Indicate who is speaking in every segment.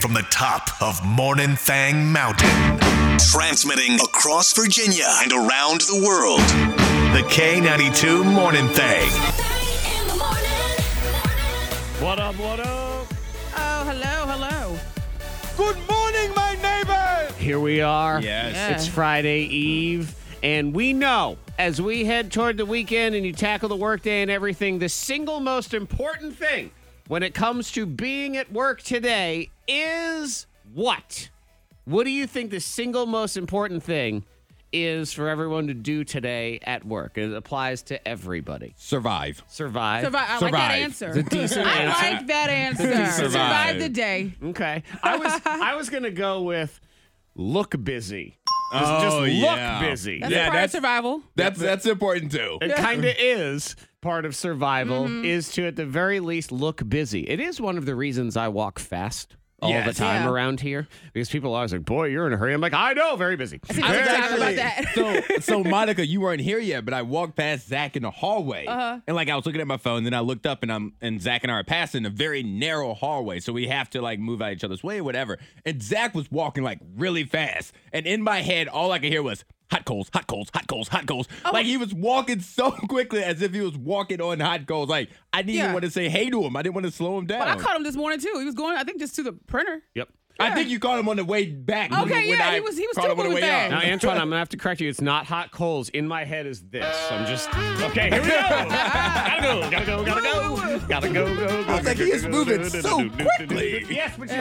Speaker 1: from the top of Morning Thang Mountain, transmitting across Virginia and around the world. The K92 Morning Thang.
Speaker 2: What up, what up?
Speaker 3: Oh, hello, hello.
Speaker 4: Good morning, my neighbor.
Speaker 2: Here we are.
Speaker 4: Yes.
Speaker 3: Yeah.
Speaker 2: It's Friday Eve, and we know as we head toward the weekend and you tackle the workday and everything, the single most important thing when it comes to being at work today is what? What do you think the single most important thing is for everyone to do today at work? It applies to everybody.
Speaker 4: Survive.
Speaker 2: Survive.
Speaker 3: Survive. I like that
Speaker 4: Survive.
Speaker 3: ansent
Speaker 4: It's a decent
Speaker 3: I
Speaker 2: answer.
Speaker 3: like that answer.
Speaker 4: Survive.
Speaker 3: Survive the day.
Speaker 2: Okay. I was I was gonna go with look busy. Just, just
Speaker 4: Oh,
Speaker 2: look
Speaker 4: yeah.
Speaker 2: busy.
Speaker 3: That's
Speaker 4: Yeah,
Speaker 3: part
Speaker 4: that's-
Speaker 3: of survival.
Speaker 4: That's that's important too.
Speaker 2: It kind of is part of survival
Speaker 4: Mm-hmm.
Speaker 2: is to at the very least look busy. It is one of the reasons I walk fast all the
Speaker 4: Yes.
Speaker 2: time
Speaker 3: Yeah.
Speaker 2: around here because people are always like, "Boy, you're in a hurry." I'm like, "I know, very busy."
Speaker 3: I was talking about that.
Speaker 4: so so Monica, you weren't here yet, but I walked past Zach in the hallway,
Speaker 3: Uh-huh.
Speaker 4: and like I was looking at my phone, then I looked up, and I'm and Zach and I are passing a very narrow hallway, so we have to like move out each other's way, or whatever. And Zach was walking like really fast, and in my head, all I could hear was. Hot coals, hot coals, hot coals, hot coals.
Speaker 3: Oh.
Speaker 4: Like he was walking so quickly as if he was walking on hot coals. Like I didn't even
Speaker 3: Yeah.
Speaker 4: want to say hey to him. I didn't want to slow him down.
Speaker 3: But I caught him this morning too. He was going, I think, just to the printer.
Speaker 2: Yep.
Speaker 4: I think you caught him on the way back.
Speaker 3: Okay,
Speaker 4: when
Speaker 3: yeah,
Speaker 4: I
Speaker 3: he was- he was
Speaker 4: caught
Speaker 3: still
Speaker 4: him on the
Speaker 3: moving
Speaker 4: way
Speaker 3: fast.
Speaker 2: Now,
Speaker 4: up.
Speaker 2: Antoine, I'm gonna have to correct you. It's not hot coals. In my head is this. I'm just okay. Here we go. gotta go. Gotta go. Gotta go. Gotta go. Go. go
Speaker 4: I was like, he is moving so quickly.
Speaker 2: Yes, but you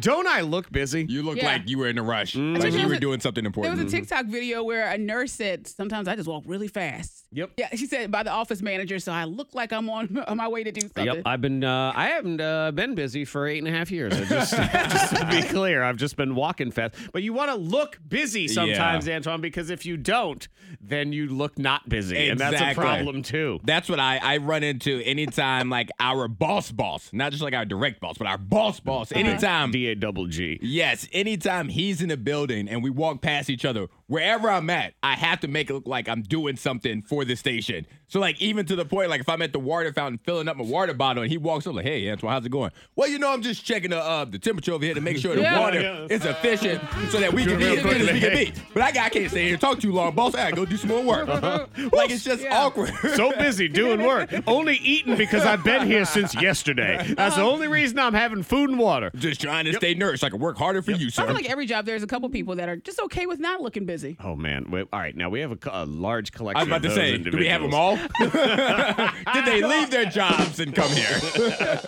Speaker 2: don't I look busy?
Speaker 4: You look
Speaker 3: Yeah.
Speaker 4: like you were in a rush, like
Speaker 3: think
Speaker 4: you
Speaker 3: there
Speaker 4: were
Speaker 3: was a-
Speaker 4: doing something
Speaker 3: There was
Speaker 4: important.
Speaker 3: a TikTok video where a nurse said, "Sometimes I just walk really fast."
Speaker 2: Yep.
Speaker 3: Yeah, she said by the office manager, so I look like I'm on, on my way to do something.
Speaker 2: Yep, I've been uh, I haven't uh, been busy for eight and a half years. I just, just to be clear, I've just been walking fast. But you want to look busy sometimes, Antoine, because if you don't, then you look not busy, and that's a
Speaker 4: Exactly.
Speaker 2: problem too.
Speaker 4: That's what I, I run into anytime, like our boss boss, not just like our direct boss, but our boss boss. Anytime,
Speaker 2: D A double G.
Speaker 4: yes, anytime he's in a building and we walk past each other, wherever I'm at, I have to make it look like I'm doing something for the station. So, like, even to the point, like, if I'm at the water fountain filling up my water bottle and he walks up, like, hey, Antoine, how's it going? Well, you know, I'm just checking the, uh, the temperature over here to make sure the
Speaker 3: Yeah.
Speaker 4: water
Speaker 2: Yeah.
Speaker 4: is efficient so that we can be
Speaker 2: Real
Speaker 4: as good as we can
Speaker 2: quickly.
Speaker 4: be. But I, got- I can't stay here and talk too long, boss. I gotta go do some more work. like, it's just
Speaker 3: Yeah.
Speaker 4: awkward.
Speaker 2: So busy doing work, only eating because I've been here since yesterday. That's
Speaker 4: Um,
Speaker 2: the only reason I'm having food and water.
Speaker 4: Just trying to stay nourished. I can work harder for you,
Speaker 3: I
Speaker 4: sir.
Speaker 3: feel like every job there's a couple people that are just okay with not looking busy.
Speaker 2: Oh man! Wait, all right, now we have a, co- a large collection.
Speaker 4: I was about
Speaker 2: of
Speaker 4: to
Speaker 2: those
Speaker 4: say, do we have them
Speaker 2: individuals.
Speaker 4: all? Did they leave their jobs and come here?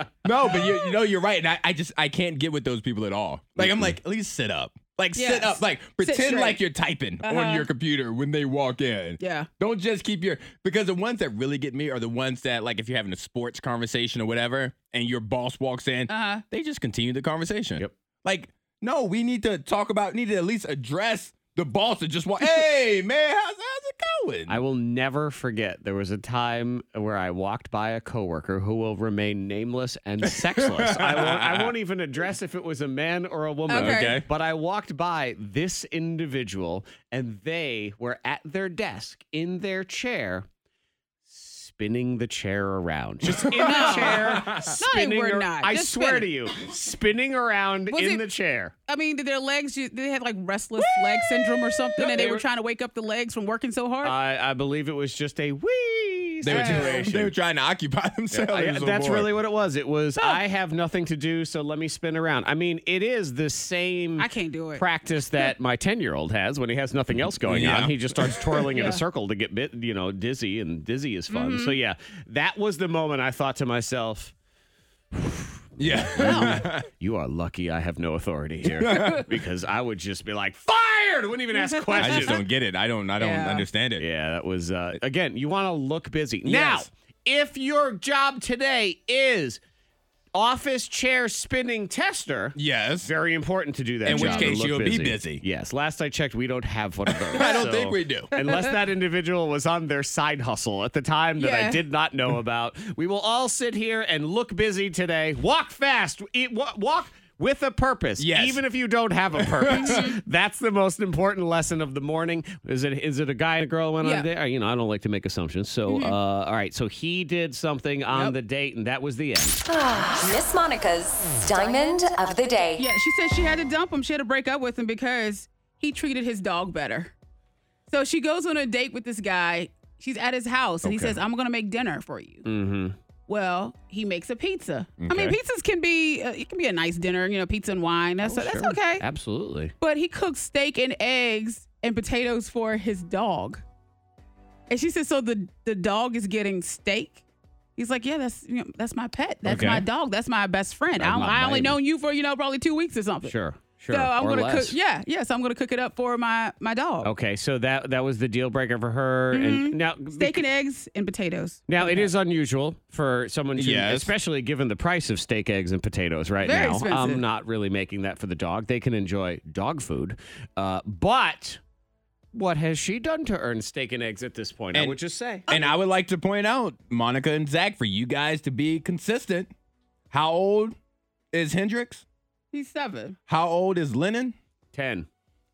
Speaker 4: no, but you, you know you're right, and I, I just I can't get with those people at all. Like I'm like, at least sit up. Like sit
Speaker 3: Yes.
Speaker 4: up. Like pretend
Speaker 3: straight.
Speaker 4: like you're typing on
Speaker 3: Uh-huh.
Speaker 4: your computer when they walk in.
Speaker 3: Yeah.
Speaker 4: Don't just keep your because the ones that really get me are the ones that like if you're having a sports conversation or whatever, and your boss walks in,
Speaker 3: Uh-huh.
Speaker 4: they just continue the conversation.
Speaker 2: Yep.
Speaker 4: Like, no, we need to talk about, need to at least address the boss that just want. Hey, man, how's, how's it going?
Speaker 2: I will never forget there was a time where I walked by a coworker who will remain nameless and sexless. I, won't, I won't even address if it was a man or a woman.
Speaker 3: Okay.
Speaker 4: Okay.
Speaker 2: But I walked by this individual and they were at their desk in their chair. Spinning the chair around, just in the chair, spinning.
Speaker 3: were
Speaker 2: ar-
Speaker 3: not.
Speaker 2: I
Speaker 3: Just
Speaker 2: swear to
Speaker 3: spinning.
Speaker 2: you, spinning around
Speaker 3: Was
Speaker 2: in
Speaker 3: it-
Speaker 2: the chair.
Speaker 3: I mean, did their legs? Did they had like restless leg syndrome or something, and they were trying to wake up the legs from working so
Speaker 4: Um,
Speaker 3: hard?
Speaker 2: I, I believe it was just a wee.
Speaker 4: they, were
Speaker 2: situation.
Speaker 4: they were trying to occupy themselves.
Speaker 2: I-
Speaker 4: It was on
Speaker 2: that's
Speaker 4: board.
Speaker 2: really what it was. It was I have nothing to do, so let me spin around. I mean, it is the same.
Speaker 3: I can't do it.
Speaker 2: Practice that my ten-year-old has when he has nothing else going
Speaker 4: Yeah.
Speaker 2: on. He just starts twirling in a circle to get bit, you know, dizzy, and dizzy is fun.
Speaker 3: Mm-hmm.
Speaker 2: So yeah, that was the moment I thought to myself,
Speaker 4: Yeah.
Speaker 2: "You are lucky I have no authority here because I would just be like fired. Wouldn't even ask
Speaker 4: I
Speaker 2: questions.
Speaker 4: just don't get it. I don't. I don't
Speaker 3: Yeah.
Speaker 4: understand it.
Speaker 2: Yeah, that was uh, again. You want to look busy
Speaker 4: Yes.
Speaker 2: now. If your job today is office chair spinning tester,
Speaker 4: Yes.
Speaker 2: very important to do that.
Speaker 4: In which
Speaker 2: job and
Speaker 4: case
Speaker 2: look
Speaker 4: you'll be busy.
Speaker 2: Yes. Last I checked, we don't have one of those.
Speaker 4: I don't think we do.
Speaker 2: Unless that individual was on their side hustle at the time that I
Speaker 3: Yeah.
Speaker 2: did not know about. We will all sit here and look busy today. Walk fast. Eat, E, wa- walk. with a purpose.
Speaker 4: Yes.
Speaker 2: Even if you don't have a purpose. That's the most important lesson of the morning. Is it is it a guy and a girl went on
Speaker 3: Yeah. Mm-hmm.
Speaker 2: a date? Uh, You know, I don't like to make assumptions. So uh, all right. So he did something on the date and that was the end.
Speaker 5: Miss Monica's Diamond of the Day.
Speaker 3: Yeah, she said she had to dump him. She had to break up with him because he treated his dog better. So she goes on a date with this guy. She's at his house and he says, I'm going to make dinner for you. Mm-hmm. Well, he makes a pizza. I mean,
Speaker 4: Okay.
Speaker 3: pizzas can be, uh, it can be a nice dinner, you know, pizza and wine.
Speaker 4: Oh,
Speaker 3: That's, that's okay.
Speaker 2: Absolutely.
Speaker 3: But he cooks steak and eggs and potatoes for his dog. And she said, so the, the dog is getting steak? He's like, yeah, that's you know, that's my pet. That's
Speaker 4: Okay.
Speaker 3: my dog. That's my best friend. I,
Speaker 4: That's my
Speaker 3: I only
Speaker 4: baby.
Speaker 3: known you for, you know, probably two weeks or something.
Speaker 2: Sure. Sure.
Speaker 3: So I'm
Speaker 2: Or
Speaker 3: gonna
Speaker 2: less.
Speaker 3: cook. Yeah, yeah. So I'm gonna cook it up for my my dog.
Speaker 2: Okay, so that that was the deal breaker for her. And now
Speaker 3: Mm-hmm. Steak and eggs and potatoes.
Speaker 2: Now it is unusual for someone to,
Speaker 4: Yes.
Speaker 2: especially given the price of steak, eggs, and potatoes right
Speaker 3: Very
Speaker 2: now.
Speaker 3: expensive.
Speaker 2: I'm not really making that for the dog. They can enjoy dog food, uh, but what has she done to earn steak and eggs at this point? I
Speaker 4: And-
Speaker 2: would just say
Speaker 4: And I would like to point out, Monica and Zach, for you guys to be consistent. How old is Hendrix?
Speaker 3: He's seven.
Speaker 4: How old is Lennon?
Speaker 2: ten.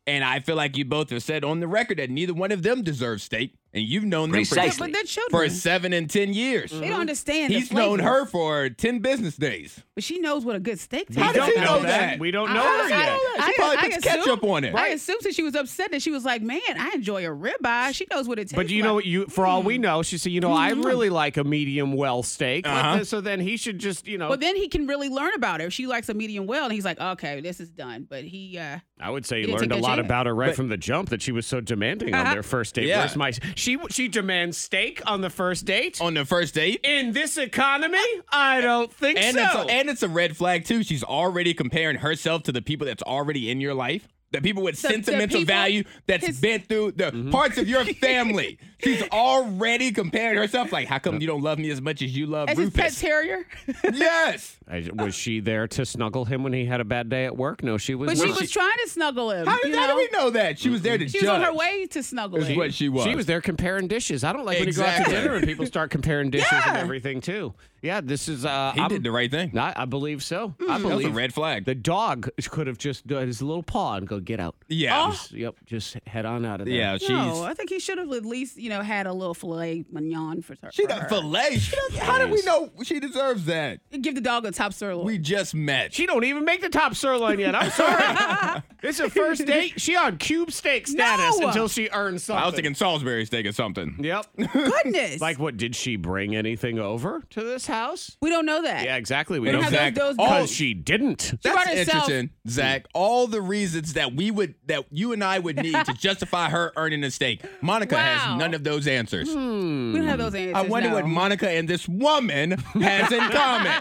Speaker 4: And I feel like you both have said on the record that neither one of them deserves steak. And you've known them for,
Speaker 3: Yeah, but they're children.
Speaker 4: for seven and 10 years.
Speaker 3: they don't understand. the
Speaker 4: He's known
Speaker 3: Mm-hmm. flavors.
Speaker 4: her for 10 business days.
Speaker 3: but she knows what a good steak tastes.
Speaker 4: How does
Speaker 3: like.
Speaker 4: he know that?
Speaker 2: We don't
Speaker 3: I-
Speaker 2: know
Speaker 3: I-
Speaker 2: her
Speaker 3: I
Speaker 2: yet.
Speaker 3: don't know.
Speaker 4: She
Speaker 3: I-
Speaker 4: probably
Speaker 3: I
Speaker 4: puts
Speaker 3: assume-
Speaker 4: ketchup on it.
Speaker 3: I assume since she was upset that she was like, "Man, I enjoy a ribeye." She knows what it tastes.
Speaker 2: But you know,
Speaker 3: like.
Speaker 2: you for all we
Speaker 3: Hmm.
Speaker 2: know, she said, you know, I really like a medium well steak. Like,
Speaker 4: Uh-huh.
Speaker 2: So then he should just, you know,
Speaker 3: Well, then he can really learn about her. If she likes a medium well, and he's like, "Okay, this is done." But he, uh,
Speaker 2: I would say
Speaker 3: You
Speaker 2: you
Speaker 3: didn't
Speaker 2: learned a
Speaker 3: take Uh-huh. a
Speaker 2: lot
Speaker 3: chance.
Speaker 2: about her right from the jump that she was so demanding on their first date.
Speaker 4: Yeah.
Speaker 2: Where's my she she demands steak on the first date?
Speaker 4: On the first date.
Speaker 2: In this economy? I don't think
Speaker 4: And,
Speaker 2: so.
Speaker 4: it's, and it's a red flag, too. She's already comparing herself to the people that's already in your life. The people with
Speaker 3: The- the
Speaker 4: sentimental
Speaker 3: people-
Speaker 4: value that's
Speaker 3: his-
Speaker 4: been through the
Speaker 2: Mm-hmm.
Speaker 4: parts of your family. She's already comparing herself. Like, how come you don't love me as much as you love
Speaker 3: as his pet
Speaker 4: Rufus?
Speaker 3: terrier.
Speaker 4: yes.
Speaker 2: I- was she there to snuggle him when he had a bad day at work? No, she was
Speaker 3: But she
Speaker 2: not.
Speaker 3: was trying to snuggle him.
Speaker 4: How did,
Speaker 3: you
Speaker 4: how
Speaker 3: know?
Speaker 4: did we know that? She was there to
Speaker 3: She
Speaker 4: judge.
Speaker 3: was on her way to snuggle
Speaker 4: Is
Speaker 3: him.
Speaker 4: what she was.
Speaker 2: She was there comparing dishes. I don't like when you go out
Speaker 4: Exactly.
Speaker 2: to dinner and people start comparing dishes and
Speaker 3: Yeah.
Speaker 2: everything too. Yeah, this is uh
Speaker 4: He
Speaker 2: I'm-
Speaker 4: did the right thing.
Speaker 2: I, I believe so.
Speaker 3: Hmm.
Speaker 2: I
Speaker 4: That was a
Speaker 2: believe
Speaker 4: red flag.
Speaker 2: the dog could have just done his little paw and go get out.
Speaker 4: yeah.
Speaker 3: Oh.
Speaker 2: Just- yep, just head on out of there.
Speaker 4: Yeah, she's.
Speaker 3: No, I think he should have at least, you know, had a little filet mignon for, her-
Speaker 4: She
Speaker 3: for
Speaker 4: done
Speaker 3: her.
Speaker 4: fillet. She done- how do we
Speaker 2: Jeez.
Speaker 4: know she deserves that?
Speaker 3: Give the dog a top sirloin.
Speaker 4: We just met.
Speaker 2: She don't even make the top sirloin yet. I'm sorry. it's her first date. She on cube steak status
Speaker 3: No!
Speaker 2: until she earns something.
Speaker 4: I was thinking Salisbury steak or something.
Speaker 2: Yep.
Speaker 3: Goodness.
Speaker 2: like, what did she bring anything over to this house?
Speaker 3: we don't know that.
Speaker 2: Yeah, exactly. We
Speaker 4: And
Speaker 2: don't
Speaker 3: how
Speaker 2: because
Speaker 3: those- those
Speaker 4: Zach, all,
Speaker 3: dogs-
Speaker 2: she didn't.
Speaker 4: that's
Speaker 3: brought herself- Mm.
Speaker 4: interesting, Zach. All the reasons that we would, that you and I would need to justify her earning a steak. Monica
Speaker 3: Wow.
Speaker 4: has none of those answers.
Speaker 3: We don't have those answers.
Speaker 4: I wonder
Speaker 3: no.
Speaker 4: what Monica and this woman has in common.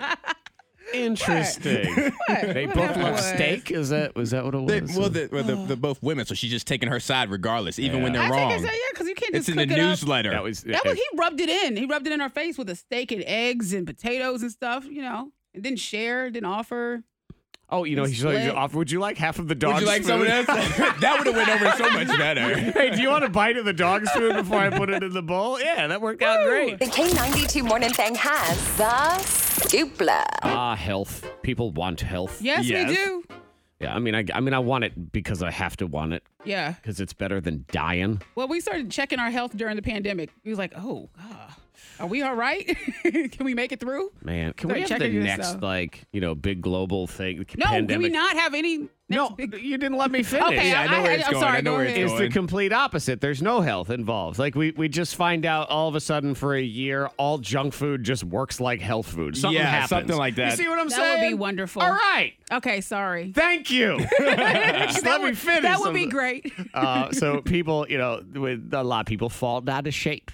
Speaker 2: Interesting. They both
Speaker 3: Whatever it
Speaker 2: love
Speaker 3: was.
Speaker 2: steak. Is that was that what it was?
Speaker 4: They, well, the, well the, they're both women, so she's just taking her side regardless, even when they're
Speaker 3: I
Speaker 4: wrong.
Speaker 3: think it's uh, yeah, because you can't
Speaker 4: it's
Speaker 3: just
Speaker 4: in the
Speaker 3: cook it up.
Speaker 4: newsletter.
Speaker 2: that was
Speaker 3: That was he rubbed it in. He rubbed it in her face with a steak and eggs and potatoes and stuff, you know. And didn't share, didn't offer.
Speaker 2: Oh, you know, he's like,
Speaker 3: Split.
Speaker 2: off- would you like half of the dog's
Speaker 4: Would you like
Speaker 2: food?
Speaker 4: someone else? that would have went over so much better.
Speaker 2: hey, do you want a bite of the dog's food before I put it in the bowl? Yeah, that worked out great.
Speaker 5: The K92 Morning Thing has the scoopla.
Speaker 2: Ah, health. People want health.
Speaker 3: Yes,
Speaker 4: Yes.
Speaker 3: we do.
Speaker 2: Yeah, I mean, I, I mean, I want it because I have to want it
Speaker 3: Yeah.
Speaker 2: because it's better than dying.
Speaker 3: Well, we started checking our health during the pandemic. We was like, oh, God. are we all right? Can we make it through?
Speaker 2: Man, can
Speaker 3: Start
Speaker 2: we have the
Speaker 3: checking
Speaker 2: next
Speaker 3: yourself.
Speaker 2: like you know big global thing?
Speaker 3: No, do we
Speaker 2: pandemic?
Speaker 3: not have any? next
Speaker 2: No,
Speaker 3: big-
Speaker 2: you didn't let me finish.
Speaker 3: Okay,
Speaker 4: Yeah, I know
Speaker 3: I-
Speaker 4: where
Speaker 3: I-
Speaker 4: it's
Speaker 3: I'm
Speaker 4: going.
Speaker 3: sorry,
Speaker 4: I know
Speaker 3: go
Speaker 4: where it's
Speaker 3: ahead.
Speaker 4: going.
Speaker 2: It's the complete opposite. There's no health involved. Like we we just find out all of a sudden for a year, all junk food just works like health food. Something
Speaker 4: Yeah,
Speaker 2: happens.
Speaker 4: something like that.
Speaker 2: You see what I'm
Speaker 3: That would
Speaker 2: saying?
Speaker 3: be wonderful.
Speaker 2: All right.
Speaker 3: okay, sorry.
Speaker 2: Thank you. Just let me finish.
Speaker 3: That would
Speaker 2: something.
Speaker 3: be great.
Speaker 2: uh, so people, you know, with a lot of people fall out of shape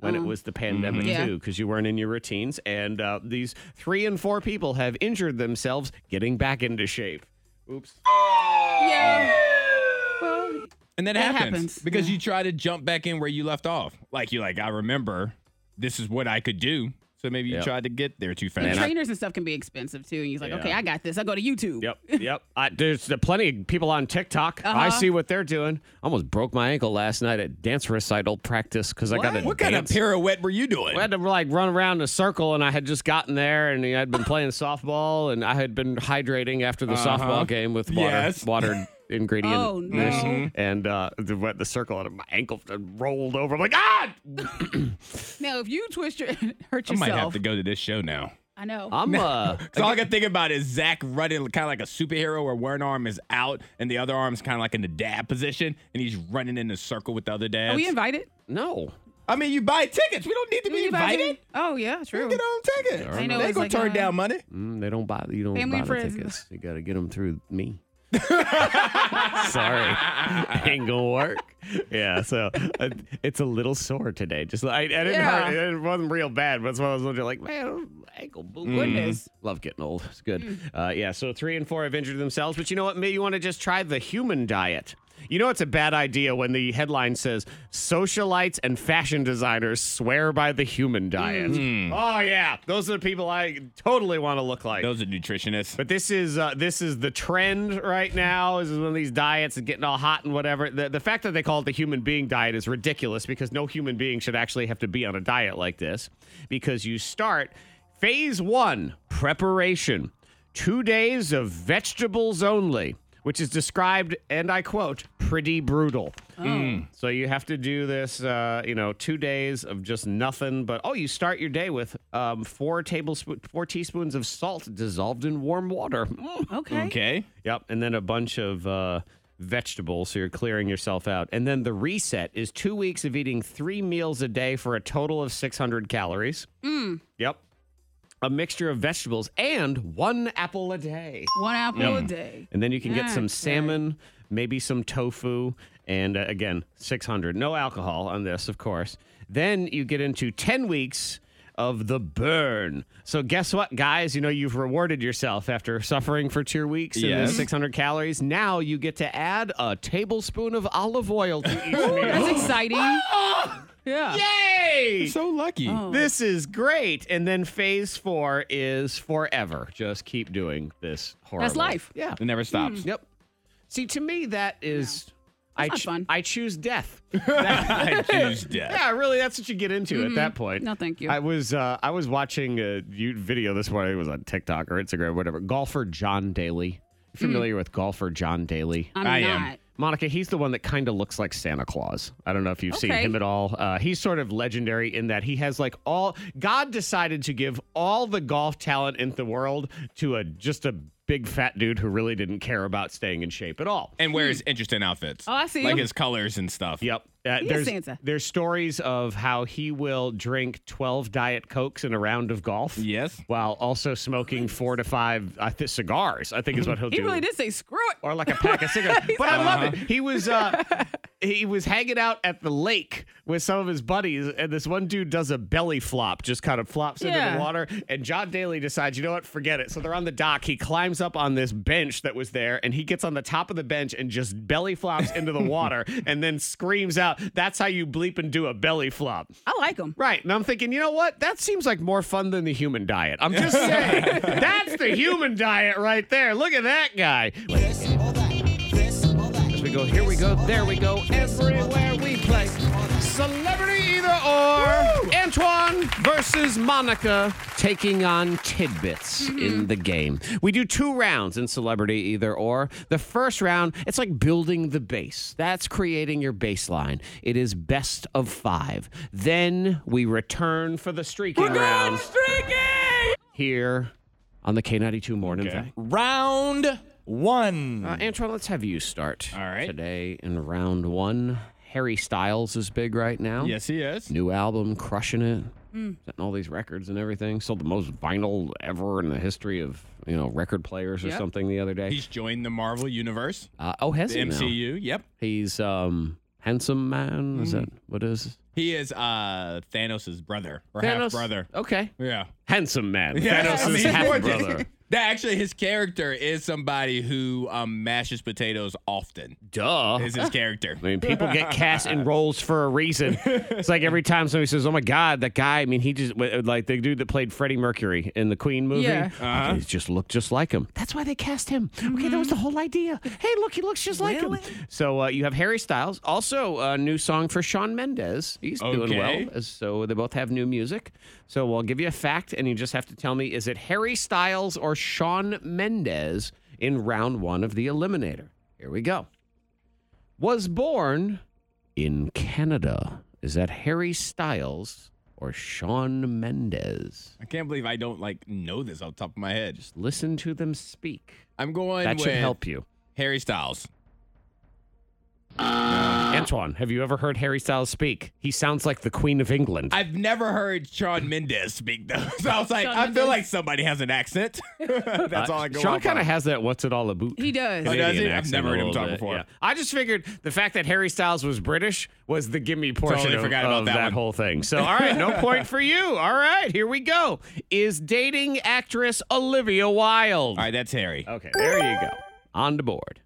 Speaker 2: when
Speaker 4: Mm.
Speaker 2: it was the pandemic
Speaker 3: Mhm.
Speaker 4: Mm-hmm.
Speaker 3: Yeah.
Speaker 2: too, because you weren't in your routines. And uh, these three and four people have injured themselves getting back into shape. Oops. Oh.
Speaker 3: yeah. Well,
Speaker 4: And that
Speaker 3: It
Speaker 4: happens,
Speaker 3: happens,
Speaker 4: because you try to jump back in where you left off. Like you're like, I remember this is what I could do. So So maybe you
Speaker 2: Yep.
Speaker 4: tried to get there too fast.
Speaker 2: Man, I-
Speaker 3: Trainers and stuff can be expensive too. And he's like,
Speaker 2: Yeah.
Speaker 3: okay, I got this. I go to YouTube.
Speaker 2: Yep, yep. I, there's plenty of people on TikTok.
Speaker 4: Uh-huh.
Speaker 2: I see what they're doing. Almost broke my ankle last night at dance recital practice because I got a
Speaker 4: what kind of
Speaker 2: dance-
Speaker 4: pirouette were you doing?
Speaker 2: I had to like run around in a circle, and I had just gotten there, and I'd been playing softball, and I had been hydrating after the softball game with water,
Speaker 4: Yes.
Speaker 2: water ingredient,
Speaker 3: Uh-huh. Oh, no.
Speaker 2: this, and uh, the, went the circle, and my ankle rolled over. I'm like, ah,
Speaker 3: Now, if you twist your hurt
Speaker 4: I
Speaker 3: yourself,
Speaker 4: might have to go to this show now.
Speaker 3: I know.
Speaker 2: I'm uh,
Speaker 4: So all I can think about is Zach running kind of like a superhero where one arm is out and the other arm's kind of like in the dab position and he's running in a circle with the other dabs.
Speaker 3: Are we invited?
Speaker 2: no.
Speaker 4: I mean, you buy tickets. We don't need to be
Speaker 3: You
Speaker 4: invited.
Speaker 3: Oh yeah, true.
Speaker 4: We get our own tickets.
Speaker 3: I know,
Speaker 4: they
Speaker 3: it's
Speaker 4: gonna
Speaker 3: like,
Speaker 4: turn
Speaker 3: uh,
Speaker 4: down money.
Speaker 2: Mm, they don't buy you don't
Speaker 3: Family
Speaker 2: buy
Speaker 3: and
Speaker 2: the
Speaker 3: friends.
Speaker 2: tickets. You got to get them through me. Sorry, ain't gonna work. Yeah, so uh, it's a little sore today. Just I, I didn't
Speaker 3: Yeah.
Speaker 2: hurt. It wasn't real bad, but it's one of those ones you're like, man, ankle boot. Goodness, Mm-hmm. love getting old. It's good. Uh, yeah, so three and four have injured themselves, but you know what? Maybe you want to just try the human diet. You know it's a bad idea when the headline says socialites and fashion designers swear by the human diet. Oh yeah, those are the people I totally want to look like.
Speaker 4: Those are nutritionists.
Speaker 2: But this is uh, this is the trend right now. This is one of these diets and getting all hot and whatever. The, the fact that they call it the human being diet is ridiculous because no human being should actually have to be on a diet like this. Because you start phase one preparation, two days of vegetables only, which is described and I quote pretty brutal. So you have to do this, uh, you know, two days of just nothing. But oh, you start your day with um, four tablespoon, four teaspoons of salt dissolved in warm water. Mm.
Speaker 3: Okay.
Speaker 4: Okay.
Speaker 2: Yep, and then a bunch of uh, vegetables, so you're clearing yourself out. And then the reset is two weeks of eating three meals a day for a total of 600 calories. Yep, a mixture of vegetables and one apple a day.
Speaker 3: One apple a day.
Speaker 2: And then you can get some
Speaker 3: That's
Speaker 2: salmon, maybe some tofu, and uh, again, 600. No alcohol on this, of course. Then you get into 10 weeks of the burn. So guess what, guys? You know, you've rewarded yourself after suffering for two weeks and the
Speaker 4: Yes.
Speaker 2: 600 calories. Now you get to add a tablespoon of olive oil to each
Speaker 3: That's
Speaker 2: meal.
Speaker 3: exciting. yeah. Mm.
Speaker 2: Yay!
Speaker 4: So lucky.
Speaker 3: Oh.
Speaker 2: This is great. And then phase four is forever. Just keep doing this horrible.
Speaker 3: life.
Speaker 2: Yeah.
Speaker 4: It never stops.
Speaker 3: Mm.
Speaker 2: Yep. See, to me, that is. I,
Speaker 3: not fun.
Speaker 2: I choose death.
Speaker 4: I choose death.
Speaker 2: yeah, really, that's what you get into at that point.
Speaker 3: Mm-hmm. No, thank you.
Speaker 2: I was uh, I was watching a you- video this morning. It was on TikTok or Instagram, whatever. Golfer John Daly.
Speaker 3: Mm.
Speaker 2: You familiar with golfer John Daly?
Speaker 3: I'm
Speaker 4: I am.
Speaker 3: not.
Speaker 2: Monica, he's the one that kind of looks like Santa Claus. I don't know if you've seen
Speaker 3: Okay.
Speaker 2: him at all. Uh, he's sort of legendary in that he has like all God decided to give all the golf talent in the world to a just a big fat dude who really didn't care about staying in shape at all.
Speaker 4: And wears interesting outfits.
Speaker 3: Oh, I see
Speaker 4: Like
Speaker 3: him.
Speaker 4: his colors and stuff.
Speaker 2: Yep. Uh,
Speaker 3: is
Speaker 2: there's,
Speaker 3: Santa.
Speaker 2: there's stories of how he will drink 12 Diet Cokes in a round of golf.
Speaker 4: Yes.
Speaker 2: While also smoking four to five I thi- cigars, I think is what he'll
Speaker 3: He
Speaker 2: do
Speaker 3: really did say screw it.
Speaker 2: or like a pack of cigarettes. But I love it. He was uh, he was hanging out at the lake with some of his buddies, and this one dude does a belly flop, just kind of flops into
Speaker 3: Yeah.
Speaker 2: the water. And John Daly decides, you know what, forget it. So they're on the dock. He climbs up on this bench that was there, and he gets on the top of the bench and just belly flops into the water, and then screams out, "That's how you bleep and do a belly flop."
Speaker 3: I like him.
Speaker 2: Right. And I'm thinking, you know what? That seems like more fun than the human diet. I'm just saying. That's the human diet right there. Look at that guy. As we go, here we go, there we go, everywhere we play. Celebrity either or. Antoine versus Monica taking on tidbits
Speaker 4: Mm-hmm.
Speaker 2: in the game. We do two rounds in celebrity either or. The first round, it's like building the base. That's creating your baseline. It is best of five. Then we return for the streaking round here on the K92 Morning Thing.
Speaker 6: Round one.
Speaker 2: Uh, Antoine, let's have you start.
Speaker 4: All right.
Speaker 2: Today in round one, Harry Styles is big right now.
Speaker 4: Yes, he is.
Speaker 2: New album, crushing it,
Speaker 4: Hmm.
Speaker 2: setting all these records and everything. Sold the most vinyl ever in the history of you know record players or
Speaker 3: Yep.
Speaker 2: something the other day.
Speaker 4: He's joined the Marvel Universe,
Speaker 2: Uh, oh, has
Speaker 4: the
Speaker 2: he now?
Speaker 4: MCU. Yep.
Speaker 2: He's um handsome man.
Speaker 4: Hmm.
Speaker 2: Is that what is
Speaker 4: He is uh Thanos' brother or half brother.
Speaker 2: Okay,
Speaker 4: Yeah.
Speaker 2: handsome man.
Speaker 4: Yeah,
Speaker 2: Thanos'
Speaker 4: I mean,
Speaker 2: half
Speaker 4: gorgeous.
Speaker 2: brother.
Speaker 4: That actually, his character is somebody who um, mashes potatoes often.
Speaker 2: Duh.
Speaker 4: Is his character?
Speaker 2: I mean, people get cast in roles for a reason. It's like every time somebody says, "Oh my God, that guy!" I mean, he just like the dude that played Freddie Mercury in the Queen movie.
Speaker 3: Yeah.
Speaker 2: He just looked just like him. That's why they cast him. Okay, that was the whole idea. Hey, look, he looks just like him. So uh, you have Harry Styles, also a new song for Sean Mendez. He's doing
Speaker 4: Okay.
Speaker 2: well. as- So they both have new music. So I'll give you a fact, and you just have to tell me: is it Harry Styles or Sean Mendez in round one of the Eliminator? Here we go was born in Canada. Is that Harry Styles or Sean Mendez?
Speaker 4: I can't believe I don't like know this off the top of my head.
Speaker 2: Just listen to them speak.
Speaker 4: I'm going
Speaker 2: That should
Speaker 4: with
Speaker 2: help you.
Speaker 4: Harry Styles.
Speaker 2: Antoine, have you ever heard Harry Styles speak? He sounds like the Queen of England.
Speaker 4: I've never heard Sean Mendes speak though, so I was like,
Speaker 3: Shawn
Speaker 4: I
Speaker 3: Mendes.
Speaker 4: feel like somebody has an accent. That's all I go.
Speaker 2: Sean
Speaker 4: off
Speaker 2: kind of
Speaker 4: of.
Speaker 2: has that what's it all about.
Speaker 3: He does.
Speaker 4: Oh, does he?
Speaker 2: Canadian
Speaker 4: I've
Speaker 2: accent
Speaker 4: never
Speaker 2: a
Speaker 4: heard him
Speaker 2: little
Speaker 4: talk
Speaker 2: bit,
Speaker 4: before.
Speaker 2: I just figured the fact that Harry Styles was British was the gimme portion
Speaker 4: Totally
Speaker 2: of,
Speaker 4: forgot about
Speaker 2: of
Speaker 4: that
Speaker 2: that,
Speaker 4: one.
Speaker 2: whole thing. So, all right, no point for you. All right, here we go. Is dating actress Olivia Wilde?
Speaker 4: All right, that's Harry.
Speaker 2: Okay, there you go. On the board.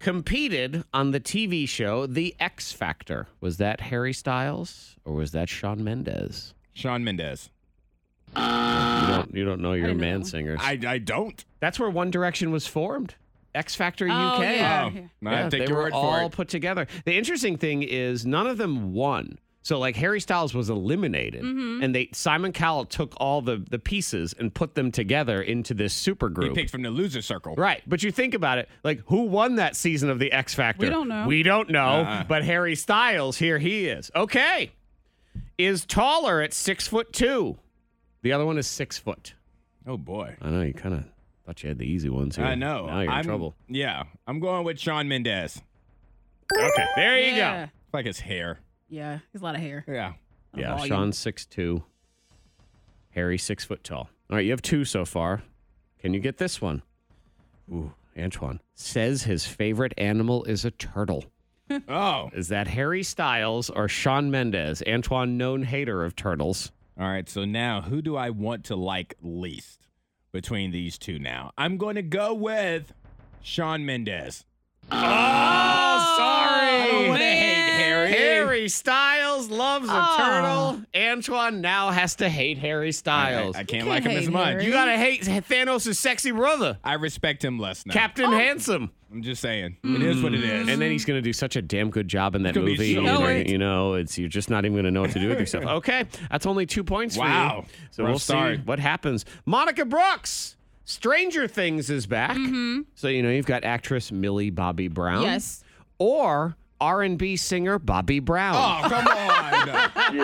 Speaker 2: Competed on the TV show The X Factor. Was that Harry Styles or was that Sean Mendez?
Speaker 4: Sean Mendes.
Speaker 2: You don't, you don't know your
Speaker 3: didn't
Speaker 2: man
Speaker 3: know.
Speaker 2: singers.
Speaker 4: I, I don't.
Speaker 2: That's where One Direction was formed. X Factor UK.
Speaker 3: yeah.
Speaker 4: Oh,
Speaker 2: Yeah,
Speaker 4: I take
Speaker 2: they
Speaker 4: your
Speaker 2: were
Speaker 4: word for
Speaker 2: all
Speaker 4: it.
Speaker 2: put together. The interesting thing is none of them won. So like Harry Styles was eliminated,
Speaker 3: Mm-hmm.
Speaker 2: and they Simon Cowell took all the the pieces and put them together into this super
Speaker 4: He
Speaker 2: group.
Speaker 4: picked from the loser circle.
Speaker 2: Right. But you think about it, like who won that season of the X Factor?
Speaker 3: We don't know.
Speaker 2: We don't know. But Harry Styles, here he is. Okay. Is taller at six foot two. The other one is six foot.
Speaker 4: Oh boy.
Speaker 2: I know you kind of thought you had the easy ones here.
Speaker 4: I know.
Speaker 2: Now you're
Speaker 4: I'm,
Speaker 2: in trouble.
Speaker 4: Yeah, I'm going with Sean Mendes.
Speaker 2: Okay. There you
Speaker 3: yeah.
Speaker 2: go.
Speaker 4: Like his hair.
Speaker 3: Yeah. He's a lot of hair.
Speaker 4: Yeah.
Speaker 2: Yeah.
Speaker 3: Volume.
Speaker 2: Sean's six two. Harry six foot tall. All right, you have two so far. Can you get this one? Ooh, Antoine says his favorite animal is a turtle.
Speaker 4: Oh. All
Speaker 2: Is that Harry Styles or Sean Mendez, Antoine, known hater of turtles?
Speaker 4: right. So now, who do I want to like least between these two? Now, I'm going to go with Sean Mendes.
Speaker 2: Oh,
Speaker 4: I don't want to
Speaker 2: sorry.
Speaker 4: hate Harry.
Speaker 2: Harry Styles loves a
Speaker 3: Oh.
Speaker 2: turtle. Antoine now has to hate Harry
Speaker 4: I,
Speaker 2: Styles.
Speaker 4: I can't like him
Speaker 3: hate
Speaker 4: as much.
Speaker 3: Harry.
Speaker 2: You gotta hate Thanos' sexy brother,
Speaker 4: I respect him less now.
Speaker 2: Captain
Speaker 3: Oh.
Speaker 2: Handsome.
Speaker 4: I'm just saying. It is what it is.
Speaker 2: Mm. And then he's going to do such a damn good job in that
Speaker 4: gonna be
Speaker 2: movie.
Speaker 4: so
Speaker 2: you, know,
Speaker 4: great.
Speaker 2: you know, it's you're just not even going to know what to do with yourself. Okay, that's only two points for
Speaker 4: Wow.
Speaker 2: you. So
Speaker 4: Rough
Speaker 2: we'll see
Speaker 4: start.
Speaker 2: what happens. Monica Brooks, Stranger Things is back. So you know you've got actress Millie Bobby Brown.
Speaker 3: Mm-hmm. Yes.
Speaker 2: Or R&B singer Bobby Brown.
Speaker 4: oh, come on.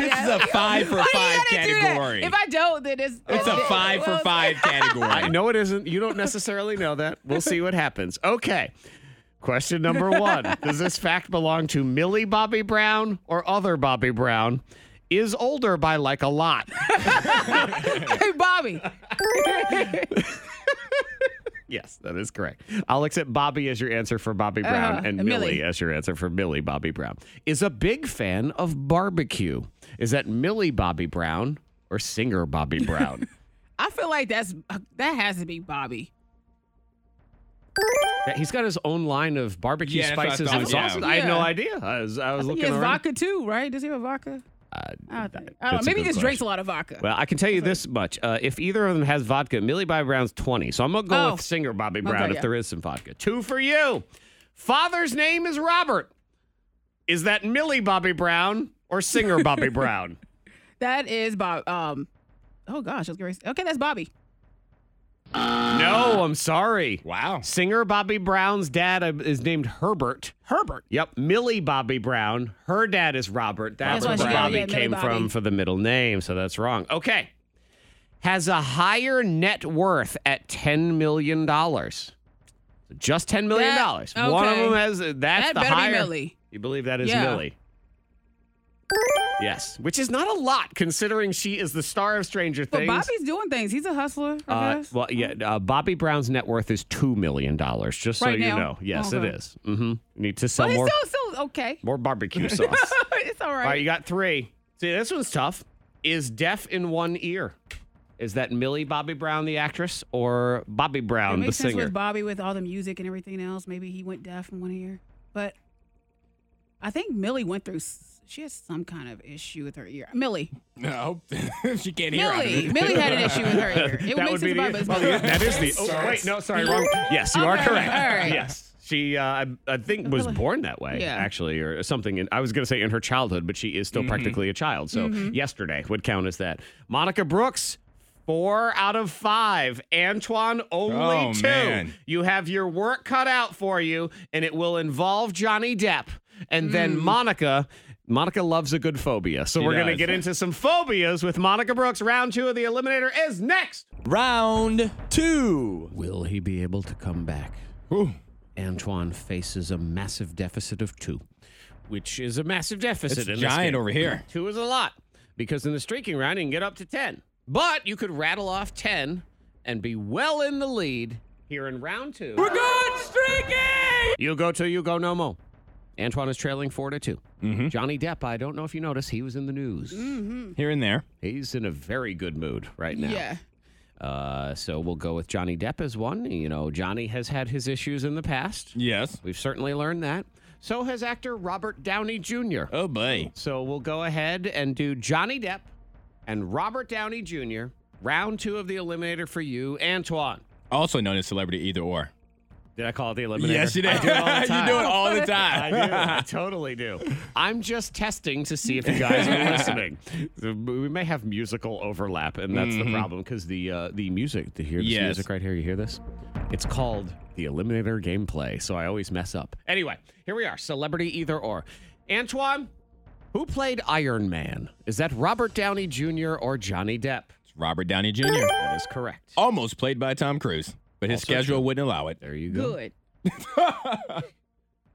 Speaker 4: this is a five for five category.
Speaker 3: If I don't, then it's.
Speaker 4: it's a five for five category.
Speaker 2: I know it isn't. You don't necessarily know that. We'll see what happens. Okay. Question number one Does this fact belong to Millie Bobby Brown or other Bobby Brown? Is older by like a lot.
Speaker 3: Hey, Bobby.
Speaker 2: Yes, that is correct. I'll accept Bobby as your answer for Bobby Brown
Speaker 3: Uh-huh,
Speaker 2: and
Speaker 3: and
Speaker 2: Millie.
Speaker 3: Millie.
Speaker 2: as your answer for Millie Bobby Brown. Is a big fan of barbecue. Is that Millie Bobby Brown or singer Bobby Brown?
Speaker 3: I feel like that's uh, that has to be Bobby.
Speaker 2: Yeah, He's got his own line of barbecue
Speaker 4: Yeah, that's what I
Speaker 2: spices and
Speaker 4: thought, yeah.
Speaker 2: sauces. I had no
Speaker 3: Yeah.
Speaker 2: idea. I was, I was
Speaker 3: He
Speaker 2: looking
Speaker 3: has
Speaker 2: around.
Speaker 3: vodka too, right? Does he have vodka? I don't think. I don't know.
Speaker 2: that's a
Speaker 3: Maybe he
Speaker 2: good
Speaker 3: just drinks a
Speaker 2: question.
Speaker 3: lot of vodka.
Speaker 2: Well, I can tell you this much. Uh, if either of them has vodka, Millie Bobby Brown's 20. So I'm going to go
Speaker 3: Oh.
Speaker 2: with singer Bobby Brown if
Speaker 3: yeah.
Speaker 2: there is some vodka. Two for you. Father's name is Robert. Is that Millie Bobby Brown or singer Bobby Brown?
Speaker 3: that is Bob. Um, oh gosh, I was gonna say- Okay, that's Bobby.
Speaker 2: No, I'm sorry.
Speaker 4: wow.
Speaker 2: Singer Bobby Brown's dad uh, is named Herbert.
Speaker 3: Herbert.
Speaker 2: Yep, Millie Bobby Brown. Her dad is Robert. That's
Speaker 3: Robert
Speaker 2: where
Speaker 3: Brown.
Speaker 2: Bobby
Speaker 3: Yeah, Millie
Speaker 2: came
Speaker 3: Bobby.
Speaker 2: from for the middle name, so that's wrong. Okay. Has a higher net worth at $10 million. Just $10 million.
Speaker 3: That-
Speaker 2: One of
Speaker 3: okay.
Speaker 2: them has, that's
Speaker 3: That
Speaker 2: the
Speaker 3: better
Speaker 2: higher.
Speaker 3: be Millie.
Speaker 2: You believe that is
Speaker 3: Yeah.
Speaker 2: Millie? Yes, which is not a lot considering she is the star of Stranger
Speaker 3: But
Speaker 2: Things.
Speaker 3: Bobby's doing things. He's a hustler. I
Speaker 2: Uh,
Speaker 3: guess. Oh.
Speaker 2: well, yeah. Uh, Bobby Brown's net worth is two million dollars. Just so
Speaker 3: Right
Speaker 2: you
Speaker 3: now?
Speaker 2: know. Yes,
Speaker 3: Okay.
Speaker 2: it is. Mm-hmm. Need to
Speaker 3: but
Speaker 2: sell
Speaker 3: he's
Speaker 2: more
Speaker 3: still, still okay.
Speaker 2: more barbecue sauce.
Speaker 3: it's all
Speaker 2: um, All right,
Speaker 3: right.
Speaker 2: you got three. See, this one's tough. Is deaf in one ear? Is that Millie Bobby Brown, the actress, or Bobby
Speaker 3: It
Speaker 2: Brown, the
Speaker 3: makes sense
Speaker 2: singer?
Speaker 3: with Bobby with all the music and everything else. Maybe he went deaf in one ear, but I think Millie went through. s- She has some kind of issue with her ear. Millie,
Speaker 4: No, she can't hear. out of
Speaker 3: Millie,
Speaker 4: it.
Speaker 3: Millie had an issue with her ear. It
Speaker 2: that
Speaker 3: makes
Speaker 2: would
Speaker 3: sense
Speaker 2: be
Speaker 3: about
Speaker 2: the, e- well, yeah, that is the. Oh, wait, no, sorry, wrong. Yes, you are
Speaker 3: Okay,
Speaker 2: correct.
Speaker 3: all right. Oh,
Speaker 2: Yes, she. Uh, I, I think was born that way,
Speaker 3: Yeah.
Speaker 2: actually, or something. And I was going to say in her childhood, but she is still
Speaker 4: Mm-hmm.
Speaker 2: practically a child. So
Speaker 3: Mm-hmm.
Speaker 2: yesterday would count as that. Monica Brooks. Four out of five. Antoine, only
Speaker 4: Oh,
Speaker 2: two.
Speaker 4: man.
Speaker 2: You have your work cut out for you, and it will involve Johnny Depp. And then Monica. Monica loves a good phobia. So
Speaker 4: She
Speaker 2: we're going to
Speaker 4: does.
Speaker 2: get into some phobias with Monica Brooks. Round two of The Eliminator is next.
Speaker 6: Round two.
Speaker 2: Will he be able to come back?
Speaker 4: Ooh.
Speaker 2: Antoine faces a massive deficit of two, which is a massive deficit.
Speaker 4: It's
Speaker 2: in this
Speaker 4: giant
Speaker 2: game.
Speaker 4: over here.
Speaker 2: Two is a lot because in the streaking round, you can get up to 10. But you could rattle off 10 and be well in the lead here in round two. We're going streaking! You go two, you go no more. Antoine is trailing four to 2
Speaker 4: Mm-hmm.
Speaker 2: Johnny Depp, I don't know if you noticed, he was in the news.
Speaker 4: Mm. Here and there.
Speaker 2: He's in a very good mood right now.
Speaker 3: Yeah,
Speaker 2: Uh, so we'll go with Johnny Depp as one. You know, Johnny has had his issues in the past.
Speaker 4: Yes.
Speaker 2: We've certainly learned that. So has actor Robert Downey Jr.
Speaker 4: Oh boy.
Speaker 2: So we'll go ahead and do Johnny Depp and Robert Downey Jr. Round two of the Eliminator for you, Antoine.
Speaker 4: Also known as celebrity either or.
Speaker 2: Did I call it the Eliminator?
Speaker 4: Yes, you did.
Speaker 2: I do it all the
Speaker 4: you
Speaker 2: time.
Speaker 4: do it all the
Speaker 2: I do.
Speaker 4: time.
Speaker 2: I totally do. I'm just testing to see if you guys are listening. So We may have musical overlap, and that's the problem because the uh, the music. To hear this
Speaker 4: Yes.
Speaker 2: music right here, you hear this? It's called the Eliminator Gameplay, so I always mess up. Anyway, here we are. Celebrity either or. Antoine, who played Iron Man? Is that Robert Downey Jr. or Johnny Depp?
Speaker 4: It's Robert Downey Jr.
Speaker 2: That is correct.
Speaker 4: Almost played by Tom Cruise, but his
Speaker 2: Also
Speaker 4: schedule wouldn't allow it.
Speaker 2: There you go.
Speaker 3: good.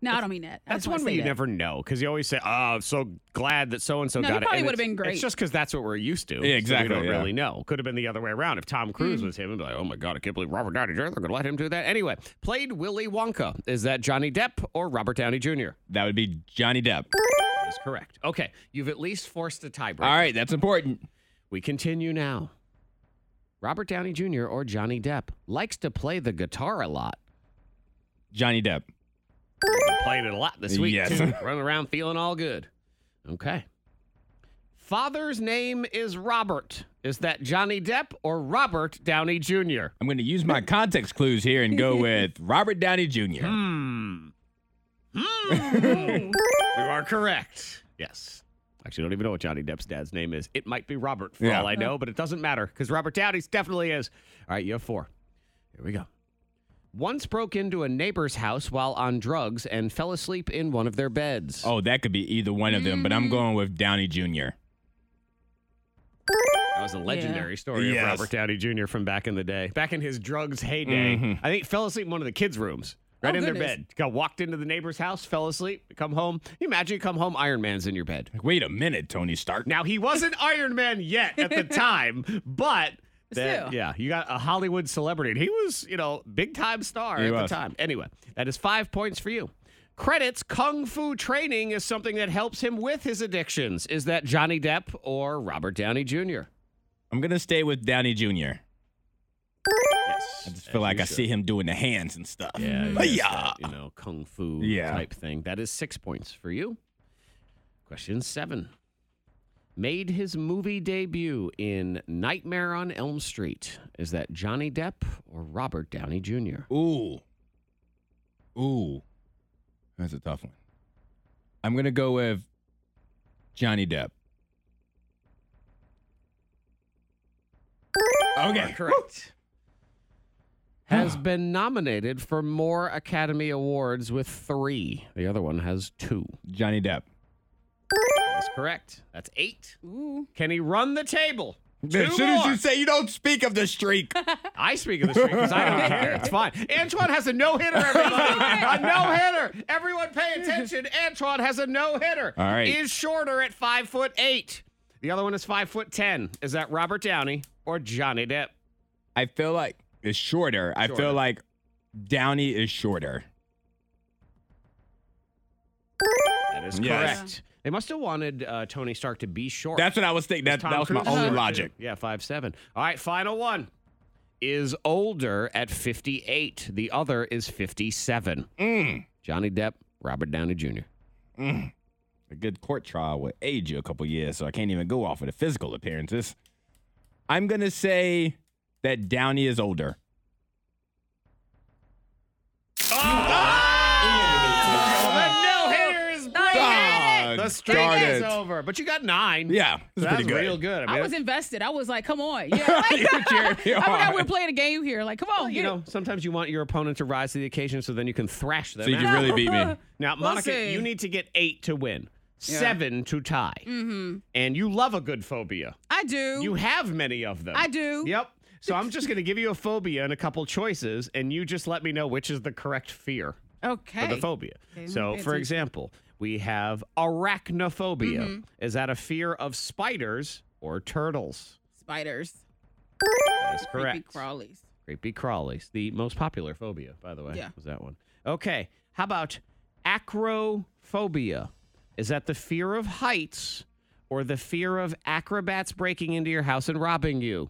Speaker 3: no, I don't mean that. I
Speaker 2: That's
Speaker 3: just wanna
Speaker 2: one where
Speaker 3: say
Speaker 2: you
Speaker 3: that.
Speaker 2: never know because you always say, "Oh, I'm so glad that so and so
Speaker 3: No, he
Speaker 2: got it."
Speaker 3: probably
Speaker 2: And
Speaker 3: would've
Speaker 2: it's-
Speaker 3: been great.
Speaker 2: It's just because that's what we're used to. so
Speaker 4: exactly,
Speaker 2: we don't
Speaker 4: yeah.
Speaker 2: really know. Could have been the other way around. If Tom Cruise
Speaker 3: Hmm.
Speaker 2: was him, and be like, "Oh my God, I can't believe Robert Downey Jr. They're going to let him do that." Anyway, played Willy Wonka. Is that Johnny Depp or Robert Downey Jr.?
Speaker 4: That would be Johnny Depp.
Speaker 2: That is correct. Okay, you've at least forced a tiebreaker.
Speaker 4: All right, that's important.
Speaker 2: We continue now. Robert Downey Jr. or Johnny Depp likes to play the guitar a lot.
Speaker 4: Johnny Depp.
Speaker 2: Been playing it a lot this week.
Speaker 4: Yes.
Speaker 2: too. Running around feeling all good. Okay. Father's name is Robert. Is that Johnny Depp or Robert Downey Jr.?
Speaker 4: I'm going to use my context clues here and go with Robert Downey Jr.
Speaker 2: Hmm.
Speaker 4: Hmm.
Speaker 2: you are correct. Yes. Actually, I don't even know what Johnny Depp's dad's name is. It might be Robert for
Speaker 4: Yeah.
Speaker 2: all I know, but it doesn't matter because Robert Downey's definitely is. All right, you have four. Here we go. Once broke into a neighbor's house while on drugs and fell asleep in one of their beds.
Speaker 4: Oh, that could be either one of them, but I'm going with Downey Jr.
Speaker 2: That was a legendary story
Speaker 4: Yes.
Speaker 2: of Robert Downey Jr. from back in the day, back in his drugs heyday.
Speaker 4: Mm-hmm.
Speaker 2: I think he fell asleep in one of the kids' rooms, right
Speaker 3: Oh,
Speaker 2: in their
Speaker 3: goodness.
Speaker 2: bed. Got walked into the neighbor's house, fell asleep, come home. Can you imagine you come home, Iron Man's in your bed.
Speaker 4: Like, wait a minute, Tony Stark.
Speaker 2: Now he wasn't Iron Man yet at the time, but that,
Speaker 3: Still.
Speaker 2: yeah, you got a Hollywood celebrity, and he was, you know, big time star
Speaker 4: He
Speaker 2: at
Speaker 4: was.
Speaker 2: the time. Anyway, that is five points for you. Credits Kung Fu training is something that helps him with his addictions. Is that Johnny Depp or Robert Downey Jr.?
Speaker 4: I'm going to stay with Downey Jr.
Speaker 2: Yes.
Speaker 4: I just feel like I see him doing the hands and stuff.
Speaker 2: Yeah,
Speaker 4: Hi-yah!
Speaker 2: it's that, you know, kung fu
Speaker 4: Yeah.
Speaker 2: type thing. That is six points for you. Question seven. Made his movie debut in Nightmare on Elm Street. Is that Johnny Depp or Robert Downey Jr.?
Speaker 4: Ooh. Ooh. That's a tough one. I'm going to go with Johnny Depp. Okay.
Speaker 2: Correct.
Speaker 4: Ah.
Speaker 2: Has been nominated for more Academy Awards with three. The other one has two.
Speaker 4: Johnny Depp.
Speaker 2: That's correct. That's eight.
Speaker 3: Ooh.
Speaker 2: Can he run the table? Two
Speaker 4: as soon as
Speaker 2: more.
Speaker 4: you say you don't speak of the streak.
Speaker 2: I speak of the street because I don't care. It's fine. Antoine has a no hitter, everybody. a no hitter. Everyone pay attention. Antoine has a no hitter.
Speaker 4: All right.
Speaker 2: Is shorter at five foot eight. The other one is five foot ten. Is that Robert Downey or Johnny Depp?
Speaker 4: I feel like it's shorter. I
Speaker 2: Shorter.
Speaker 4: feel like Downey is shorter.
Speaker 2: That is
Speaker 4: Yes.
Speaker 2: correct. They must have wanted uh, Tony Stark to be short.
Speaker 4: That's what I was thinking. That,
Speaker 2: Tom
Speaker 4: that was my
Speaker 2: Cruise is
Speaker 4: only
Speaker 2: short,
Speaker 4: logic.
Speaker 2: too. Yeah, five seven. All right, final one is older at fifty eight. The other is fifty seven.
Speaker 4: Mm.
Speaker 2: Johnny Depp, Robert Downey Jr.
Speaker 4: A good court trial would age you a couple years, so I can't even go off of the physical appearances. I'm gonna say that Downey is older.
Speaker 2: The no hitter is
Speaker 4: Ah,
Speaker 2: The
Speaker 4: darn
Speaker 2: streak is
Speaker 4: it.
Speaker 2: over, but you got nine.
Speaker 4: Yeah,
Speaker 2: so
Speaker 4: that's
Speaker 2: that's
Speaker 4: pretty good.
Speaker 2: real good. I, mean,
Speaker 3: I was invested. I was like, come on. Yeah. Like,
Speaker 4: You cheered me
Speaker 3: I forgot we
Speaker 4: on.
Speaker 3: were playing a game here. Like, come on.
Speaker 2: you know, sometimes you want your opponent to rise to the occasion, so then you can thrash them.
Speaker 4: So you
Speaker 2: out.
Speaker 4: can really beat me.
Speaker 2: Now,
Speaker 3: We'll
Speaker 2: Monica,
Speaker 3: see.
Speaker 2: you need to get eight to win, seven to tie. Mm-hmm. And you love a good phobia.
Speaker 3: I do.
Speaker 2: You have many of them.
Speaker 3: I do.
Speaker 2: Yep. So I'm just going to give you a phobia and a couple choices, and you just let me know which is the correct fear for
Speaker 3: okay.
Speaker 2: the phobia.
Speaker 3: Okay,
Speaker 2: so,
Speaker 3: pay
Speaker 2: for
Speaker 3: attention.
Speaker 2: example, we have arachnophobia.
Speaker 3: Mm-hmm.
Speaker 2: Is that a fear of spiders or turtles?
Speaker 3: Spiders.
Speaker 2: That is
Speaker 3: Creepy
Speaker 2: correct.
Speaker 3: crawlies.
Speaker 2: Creepy crawlies, the most popular phobia, by the way.
Speaker 3: Yeah.
Speaker 2: Was that one? Okay. How about acrophobia? Is that the fear of heights or the fear of acrobats breaking into your house and robbing you?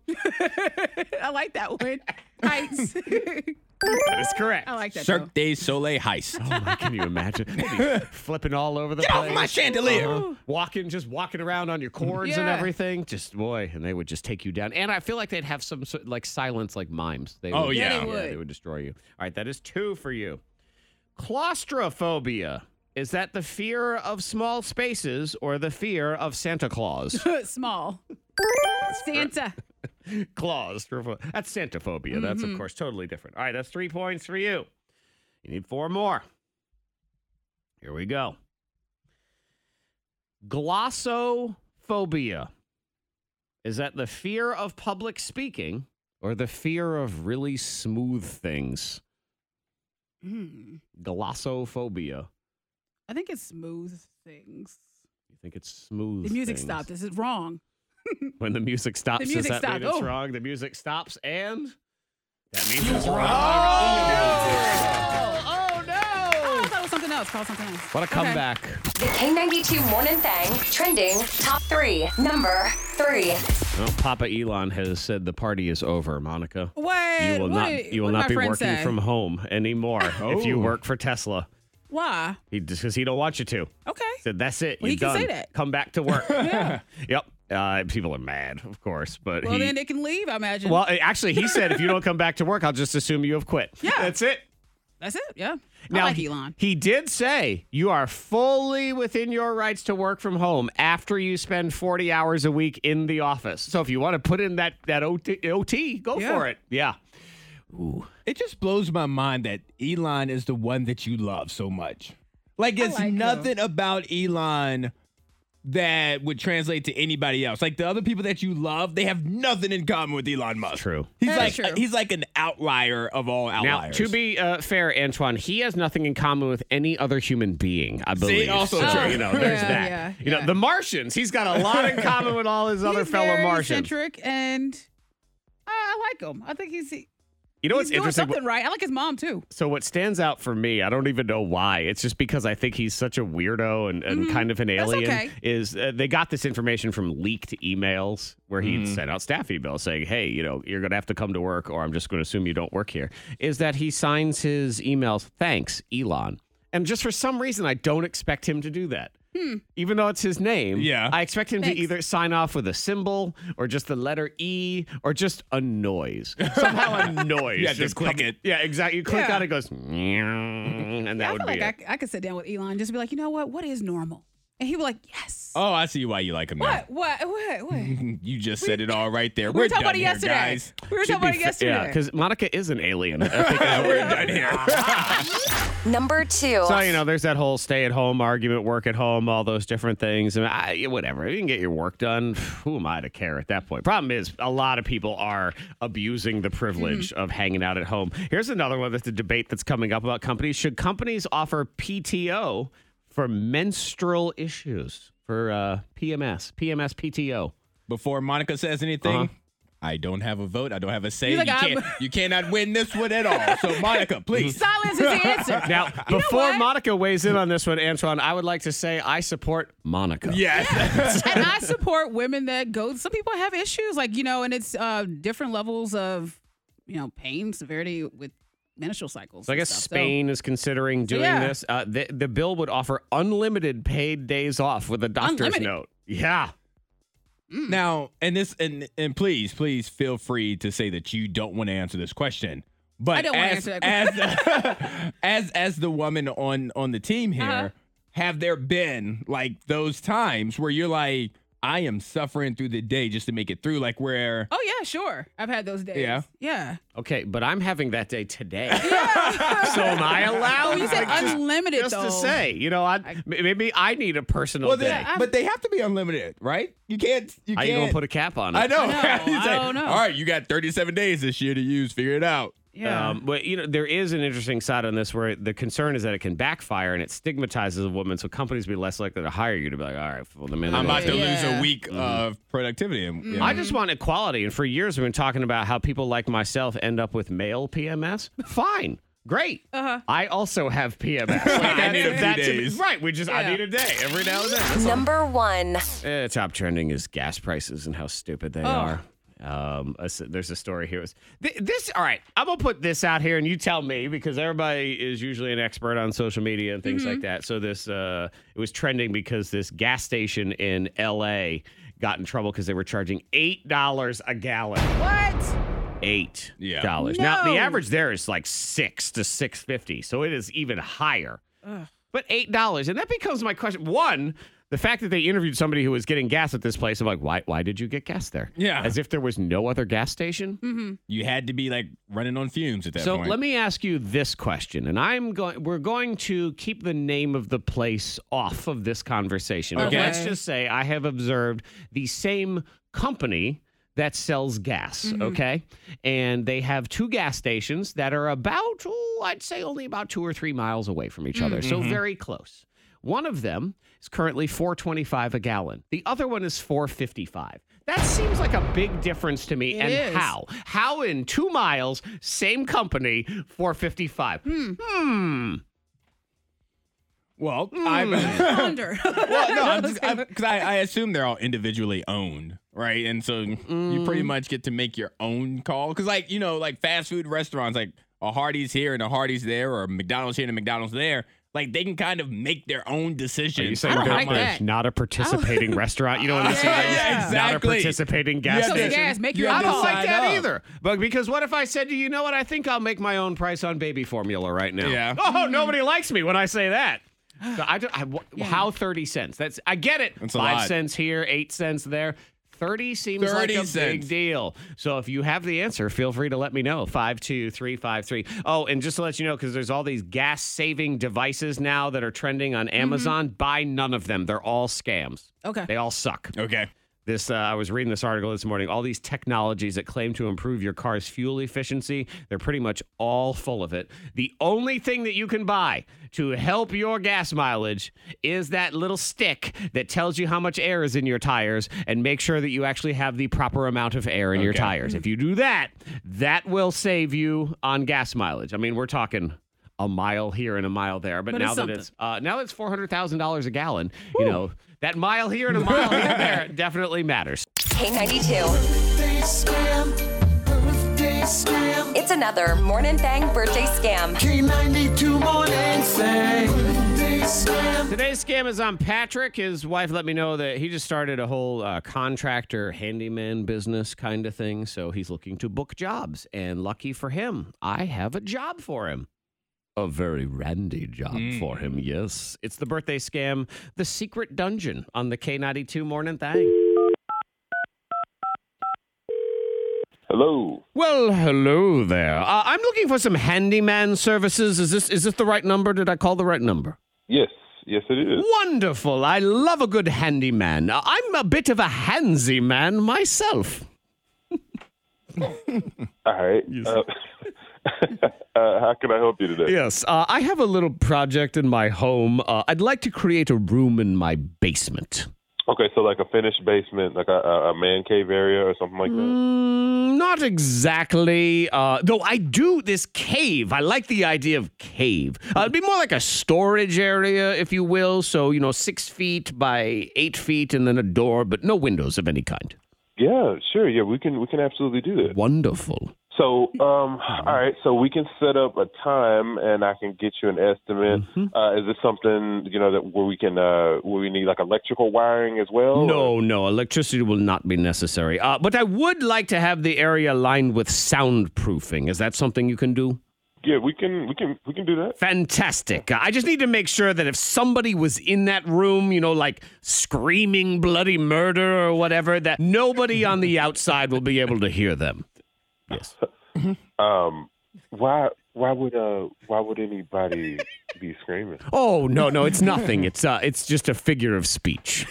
Speaker 3: I like that one. Heights.
Speaker 2: That is correct.
Speaker 3: I like that. though.
Speaker 4: Cirque du Soleil heist.
Speaker 2: Oh my, can you imagine? They'd be flipping all over the
Speaker 4: Get
Speaker 2: place.
Speaker 4: off my chandelier. Mm-hmm.
Speaker 2: Uh-huh. Walking, just walking around on your cords and
Speaker 3: Yeah.
Speaker 2: everything. Just boy, and they would just take you down. And I feel like they'd have some sort like silence, like mimes. They
Speaker 4: Oh,
Speaker 2: would,
Speaker 4: Yeah, they
Speaker 3: would.
Speaker 2: they would destroy you. All right, that is two for you. Claustrophobia is that the fear of small spaces or the fear of Santa Claus?
Speaker 3: Small. Santa.
Speaker 2: Claustropho- That's Santa phobia. That's
Speaker 3: Mm-hmm.
Speaker 2: of course totally different. All right, that's three points for you. You need four more. Here we go. Glossophobia. Is that the fear of public speaking or the fear of really smooth things?
Speaker 3: Mm.
Speaker 2: Glossophobia.
Speaker 3: I think it's smooth things.
Speaker 2: You think it's smooth?
Speaker 3: The music
Speaker 2: things.
Speaker 3: stopped. This is wrong.
Speaker 2: When the music stops,
Speaker 3: music
Speaker 2: does that mean
Speaker 3: stopped.
Speaker 2: it's
Speaker 3: Oh.
Speaker 2: wrong? The music stops and that means it's wrong. oh no!
Speaker 3: Oh, I thought it was something else. Call something else.
Speaker 2: What a
Speaker 3: Okay.
Speaker 2: comeback.
Speaker 5: The K92 Morning Thang trending top three. Number three.
Speaker 2: Well, Papa Elon has said the party is over, Monica.
Speaker 3: What?
Speaker 2: You will
Speaker 3: Oh, What
Speaker 2: not
Speaker 3: did-
Speaker 2: you will
Speaker 3: what did
Speaker 2: not
Speaker 3: my
Speaker 2: be
Speaker 3: friend
Speaker 2: working
Speaker 3: say?
Speaker 2: from home anymore if you
Speaker 4: Oh.
Speaker 2: work for Tesla.
Speaker 3: Why?
Speaker 2: He just because he don't want you to.
Speaker 3: Okay.
Speaker 2: Said that's it.
Speaker 3: Well,
Speaker 2: you're
Speaker 3: he can
Speaker 2: done.
Speaker 3: say that.
Speaker 2: Come back to work. Yep. Uh, people are mad, of course, but
Speaker 3: Well,
Speaker 2: he.
Speaker 3: then it can leave. I imagine.
Speaker 2: well, actually, he said if you don't come back to work, I'll just assume you have quit.
Speaker 3: Yeah.
Speaker 2: That's it.
Speaker 3: That's it. Yeah.
Speaker 2: Now,
Speaker 3: I like
Speaker 2: he-
Speaker 3: Elon.
Speaker 2: He did say you are fully within your rights to work from home after you spend 40 hours a week in the office. So if you want to put in that, that OT, OT, go
Speaker 3: Yeah.
Speaker 2: for it. Yeah.
Speaker 4: It just blows my mind that Elon is the one that you love so much. Like it's
Speaker 3: like him.
Speaker 4: nothing about Elon that would translate to anybody else. Like the other people that you love, they have nothing in common with Elon Musk.
Speaker 2: True.
Speaker 4: He's
Speaker 3: That
Speaker 4: like
Speaker 3: is true.
Speaker 4: he's like an outlier of all
Speaker 2: Now,
Speaker 4: outliers.
Speaker 2: to be uh, fair, Antoine, he has nothing in common with any other human being, I believe.
Speaker 4: also
Speaker 2: so,
Speaker 4: true.
Speaker 2: You know, there's
Speaker 3: Yeah,
Speaker 2: that.
Speaker 3: yeah,
Speaker 2: you know,
Speaker 3: yeah.
Speaker 2: the Martians, he's got a lot in common with all his other
Speaker 3: He's
Speaker 2: fellow
Speaker 3: very
Speaker 2: Martians.
Speaker 3: eccentric and I, I like him. I think he's he-
Speaker 2: You know
Speaker 3: he's
Speaker 2: what's
Speaker 3: doing
Speaker 2: interesting?
Speaker 3: something right. I like his mom too.
Speaker 2: So what stands out for me, I don't even know why. It's just because I think he's such a weirdo and, and kind of an alien.
Speaker 3: Mm-hmm. okay.
Speaker 2: Is uh, they got this information from leaked emails where he
Speaker 4: Mm.
Speaker 2: would sent out staff emails saying, "Hey, you know, you're gonna have to come to work, or I'm just gonna assume you don't work here." Is that he signs his emails, "Thanks, Elon," and just for some reason, I don't expect him to do that. Even though it's his name,
Speaker 4: Yeah.
Speaker 2: I expect him
Speaker 3: Hmm. Thanks.
Speaker 2: to either sign off with a symbol or just the letter E or just a noise. Somehow a noise.
Speaker 4: Yeah, just click
Speaker 2: come-
Speaker 4: it.
Speaker 2: Yeah, exactly. You click
Speaker 3: Yeah.
Speaker 2: on it, it goes, and that
Speaker 3: I
Speaker 2: would
Speaker 3: feel
Speaker 2: be
Speaker 3: like
Speaker 2: it.
Speaker 3: I, c- I could sit down with Elon and just be like, you know what? What is normal? And he would be like, yes.
Speaker 4: oh, I see why you like him. now.
Speaker 3: What? What? What? What? We
Speaker 4: You just said it all right there.
Speaker 3: were
Speaker 4: We're,
Speaker 3: talking
Speaker 4: done
Speaker 3: about it
Speaker 4: here,
Speaker 3: yesterday.
Speaker 4: guys.
Speaker 3: We were
Speaker 2: To be
Speaker 3: talking about it
Speaker 2: fa-
Speaker 3: yesterday.
Speaker 2: Yeah, because Monica is an alien. I think that's what
Speaker 4: We're done here.
Speaker 5: Number two.
Speaker 2: So you know, there's that whole stay-at-home argument, work at home, all those different things, and I, whatever. If you can get your work done, who am I to care at that point? Problem is, a lot of people are abusing the privilege
Speaker 3: Mm-hmm.
Speaker 2: of hanging out at home. Here's another one that's a debate that's coming up about companies: should companies offer PTO for menstrual issues for uh, PMS, PMS PTO?
Speaker 4: Before Monica says anything, I don't have a vote. I don't have a say.
Speaker 3: He's like,
Speaker 4: you,
Speaker 3: I'm- Mm-hmm.
Speaker 4: can't, you cannot win this one at all. So, Monica, please.
Speaker 3: Silence is the answer.
Speaker 2: Now,
Speaker 3: You know
Speaker 2: before
Speaker 3: what?
Speaker 2: Monica weighs in on this one, Antoine, I would like to say I support Monica.
Speaker 4: Yes.
Speaker 3: and I support women that go. Some people have issues, like you know, and it's uh, different levels of you know pain severity with menstrual cycles.
Speaker 2: So I
Speaker 3: and
Speaker 2: guess
Speaker 3: stuff.
Speaker 2: Spain is considering doing
Speaker 3: yeah.
Speaker 2: this. Uh, the, the bill would offer unlimited paid days off with a doctor's
Speaker 3: Unlimited.
Speaker 2: note. Yeah.
Speaker 4: now, and this, and and please, please feel free to say that you don't want to answer this question. But
Speaker 3: I don't wanna
Speaker 4: as,
Speaker 3: answer
Speaker 4: as, as as the woman on on the team here,
Speaker 3: Uh-huh.
Speaker 4: have there been like those times where you're like, I am suffering through the day just to make it through, like where
Speaker 3: So, oh yeah, sure. I've had those days.
Speaker 4: Yeah.
Speaker 3: yeah.
Speaker 2: Okay, but I'm having that day today. so am I allowed?
Speaker 3: Oh, you said
Speaker 2: Like, just-
Speaker 3: unlimited
Speaker 2: just,
Speaker 3: though.
Speaker 2: to say, you know, I, m- maybe I need a personal
Speaker 4: Well,
Speaker 2: day.
Speaker 4: they,
Speaker 3: I-
Speaker 4: but they have to be unlimited, right? You can't. You
Speaker 2: How
Speaker 4: can't
Speaker 2: you gonna put a cap on it?
Speaker 4: I know.
Speaker 3: I know,
Speaker 4: He's
Speaker 3: I don't know.
Speaker 4: All right, you got 37 days this year to use. Figure it out.
Speaker 3: Yeah.
Speaker 2: Um, but you know, there is an interesting side on this where the concern is that it can backfire and it stigmatizes a woman, so companies be less likely to hire you to be like, all right, well, the minute
Speaker 4: I'm about to lose
Speaker 3: Yeah.
Speaker 4: a week of productivity. And, you know,
Speaker 2: I just want equality. And for years, we've been talking about how people like myself end up with male PMS. Fine. Great. Uh-huh. I also have PMS. Like,
Speaker 4: I need a
Speaker 2: if
Speaker 4: few
Speaker 2: that to me-
Speaker 4: days.
Speaker 2: right. We just, I
Speaker 3: Yeah.
Speaker 2: need a day every now and then.
Speaker 5: Number one.
Speaker 2: Eh, top trending is gas prices and how stupid they are. Um, I said- there's a story here. It was- Th- This, all right, I'm gonna put this out here, and you tell me because everybody is usually an expert on social media and things like that. So this, uh, it was trending because this gas station in L.A. got in trouble because they were charging eight dollars a gallon.
Speaker 3: what?
Speaker 2: Eight
Speaker 4: Yeah.
Speaker 2: dollars. Now the
Speaker 3: No.
Speaker 2: average there is like six to six fifty, so it is even higher. But eight dollars, and that becomes my question. One, the fact that they interviewed somebody who was getting gas at this place, I'm like, why? Why did you get gas there?
Speaker 4: Yeah.
Speaker 2: as if there was no other gas station.
Speaker 4: you had to be like running on fumes at that
Speaker 2: So
Speaker 4: point.
Speaker 2: let me ask you this question, and I'm going. We're going to keep the name of the place off of this conversation. But
Speaker 4: Okay.
Speaker 2: let's just say I have observed the same company that sells gas.
Speaker 4: Mm-hmm.
Speaker 2: Okay, and they have two gas stations that are about, oh, I'd say, only about two or three miles away from each other.
Speaker 4: Mm-hmm.
Speaker 2: So very close. One of them is currently 4.25 a gallon. The other one is 4.55. That seems like a big difference to me.
Speaker 3: It
Speaker 2: and
Speaker 3: is.
Speaker 2: how? How in two miles, same company, 4.55? Hmm.
Speaker 4: well, I'm.
Speaker 3: Under.
Speaker 4: Well, no, I'm just because I, I assume they're all individually owned, right? And so you pretty much get to make your own call. Because, like, you know, like fast food restaurants, like a Hardee's here and a Hardee's there, or a McDonald's here and a McDonald's there, like they can kind of make their own decision.
Speaker 3: I don't like that.
Speaker 2: not a participating restaurant? You know what I'm saying?
Speaker 3: Oh. Yeah, yeah,
Speaker 2: Not a
Speaker 4: exactly.
Speaker 2: participating gas
Speaker 4: You have
Speaker 3: So
Speaker 4: to-
Speaker 2: station.
Speaker 3: gas, make
Speaker 4: you
Speaker 3: your
Speaker 2: I
Speaker 4: have to
Speaker 2: don't like
Speaker 4: sign
Speaker 2: that
Speaker 4: up.
Speaker 2: either. But because what if I said to you, you know what? I think I'll make my own price on baby formula right now.
Speaker 4: Yeah.
Speaker 2: Oh, nobody likes me when I say that. So I don't, I, wh- How 30 cents? That's I get it.
Speaker 4: That's a
Speaker 2: Five
Speaker 4: lot.
Speaker 2: cents here, eight cents there. 30 seems like
Speaker 4: 30
Speaker 2: a big
Speaker 4: cents.
Speaker 2: deal. So if you have the answer, feel free to let me know. 52353. Oh, and just to let you know, because there's all these gas saving devices now that are trending on Amazon, buy none of them. They're all scams.
Speaker 3: Okay.
Speaker 2: They all suck
Speaker 4: Okay.
Speaker 2: this uh, i was reading this article this morning all these technologies that claim to improve your car's fuel efficiency they're pretty much all full of it the only thing that you can buy to help your gas mileage is that little stick that tells you how much air is in your tires and make sure that you actually have the proper amount of air in your
Speaker 4: Okay.
Speaker 2: tires if you do that that will save you on gas mileage i mean we're talking a mile here and a mile there, but,
Speaker 3: But it's
Speaker 2: now that
Speaker 3: something.
Speaker 2: it's uh, now it's four hundred thousand dollars a gallon, you know that mile here and a mile here there definitely matters.
Speaker 5: K92. It's another Morning Thang birthday scam.
Speaker 2: Today's scam is on Patrick. His wife let me know that he just started a whole uh, contractor handyman business kind of thing, so he's looking to book jobs. And lucky for him, I have a job for him. A very randy job for him, yes. It's the birthday scam, The Secret Dungeon on the K92 Morning Thing.
Speaker 7: Hello.
Speaker 2: Well, hello there. Uh, I'm looking for some handyman services. Is this is this the right number? Did I call the right number?
Speaker 7: Yes, yes, it is.
Speaker 2: Wonderful. I love a good handyman. Uh, I'm a bit of a handsy man myself.
Speaker 7: All right. Uh, uh, how can I help you today?
Speaker 2: Yes, uh, I have a little project in my home. Uh, I'd like to create a room in my basement.
Speaker 7: Okay, so like a finished basement, like a, a a man cave area or something like that.
Speaker 2: Mm, not exactly. Uh, though I do this cave. I like the idea of cave. Uh, it'd be more like a storage area, if you will. So, you know, six feet by eight feet and then a door, but no windows of any kind.
Speaker 7: Yeah, sure. Yeah, we can we can absolutely do that.
Speaker 2: Wonderful.
Speaker 7: So, um, all right. So we can set up a time, and I can get you an estimate.
Speaker 2: Mm-hmm.
Speaker 7: Uh, is this something you know that where we can uh, where we need like electrical wiring as well?
Speaker 2: No, no, electricity will not be necessary. Uh, but I would like to have the area lined with soundproofing. Is that something you can do?
Speaker 7: Yeah, we can we can we can do that.
Speaker 2: Fantastic. I just need to make sure that if somebody was in that room, you know, like screaming bloody murder or whatever, that nobody on the outside will be able to hear them. Yes.
Speaker 7: Um, why why would uh why would anybody be screaming?
Speaker 2: Oh, no, no, it's nothing. It's uh it's just a figure of speech.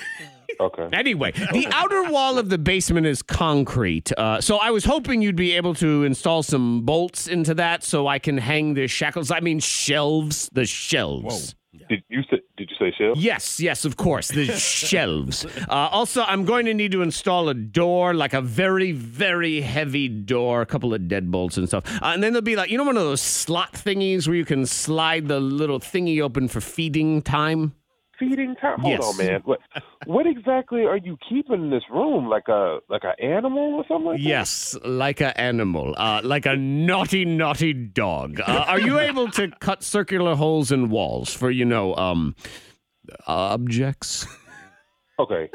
Speaker 7: Okay.
Speaker 2: Anyway, the outer wall of the basement is concrete. Uh, so I was hoping you'd be able to install some bolts into that so I can hang the shackles. I mean, shelves, the shelves.
Speaker 7: Did you say did you say shell?
Speaker 2: Yes, yes, of course, the shelves. Uh, also, I'm going to need to install a door, like a very, very heavy door, a couple of deadbolts and stuff. Uh, and then there'll be like, you know, one of those slot thingies where you can slide the little thingy open for feeding time?
Speaker 7: Feeding time. Hold
Speaker 2: Yes.
Speaker 7: on, man. What what exactly are you keeping in this room? Like a like an animal or something? Like that?
Speaker 2: Yes, like an animal, uh, like a naughty, naughty dog. Uh, are you able to cut circular holes in walls for, you know, um, objects?
Speaker 7: Okay.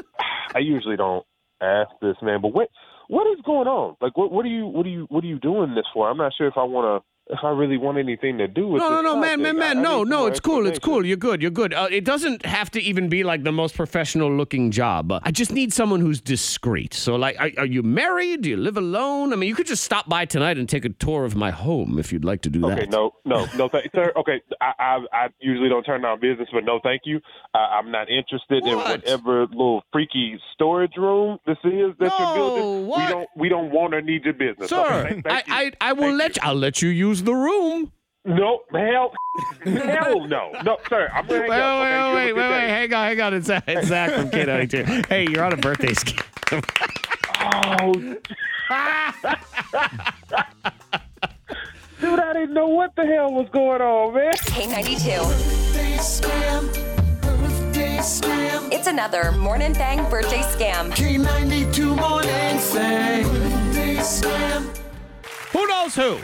Speaker 7: I usually don't ask this, man, but what what is going on? Like what what are you what are you what are you doing this for? I'm not sure if I want to if I really want anything to do with
Speaker 2: No, no,
Speaker 7: this
Speaker 2: no, man,
Speaker 7: project.
Speaker 2: man,
Speaker 7: I-
Speaker 2: man.
Speaker 7: I
Speaker 2: No,
Speaker 7: need
Speaker 2: no,
Speaker 7: more
Speaker 2: it's cool. It's
Speaker 7: explanation.
Speaker 2: cool. You're good. You're good. Uh, it doesn't have to even be like the most professional looking job. Uh, I just need someone who's discreet. So, like, are, are you married? Do you live alone? I mean, you could just stop by tonight and take a tour of my home if you'd like to do that.
Speaker 7: Okay, no, no, no, thank sir. Okay, I, I I usually don't turn down business, but no, thank you. I, I'm not interested in
Speaker 2: What?
Speaker 7: whatever little freaky storage room this is that
Speaker 2: No,
Speaker 7: you're building.
Speaker 2: what?
Speaker 7: We don't we don't want or need your business.
Speaker 2: Sir,
Speaker 7: okay, thank,
Speaker 2: I,
Speaker 7: thank you.
Speaker 2: I, I will let you, I'll let you use the room.
Speaker 7: no, hell, hell, no, no, sir. I'm gonna hang
Speaker 2: Wait, wait,
Speaker 7: up. Okay, you have
Speaker 2: wait,
Speaker 7: a
Speaker 2: wait,
Speaker 7: good
Speaker 2: wait,
Speaker 7: day.
Speaker 2: hang on, hang on. It's Zach, it's Zach from K92. Hey, you're on a birthday scheme.
Speaker 7: Oh. Dude, I didn't know what the hell was going on, man.
Speaker 5: K92. It's another Morning Thang birthday scam.
Speaker 2: Who knows who?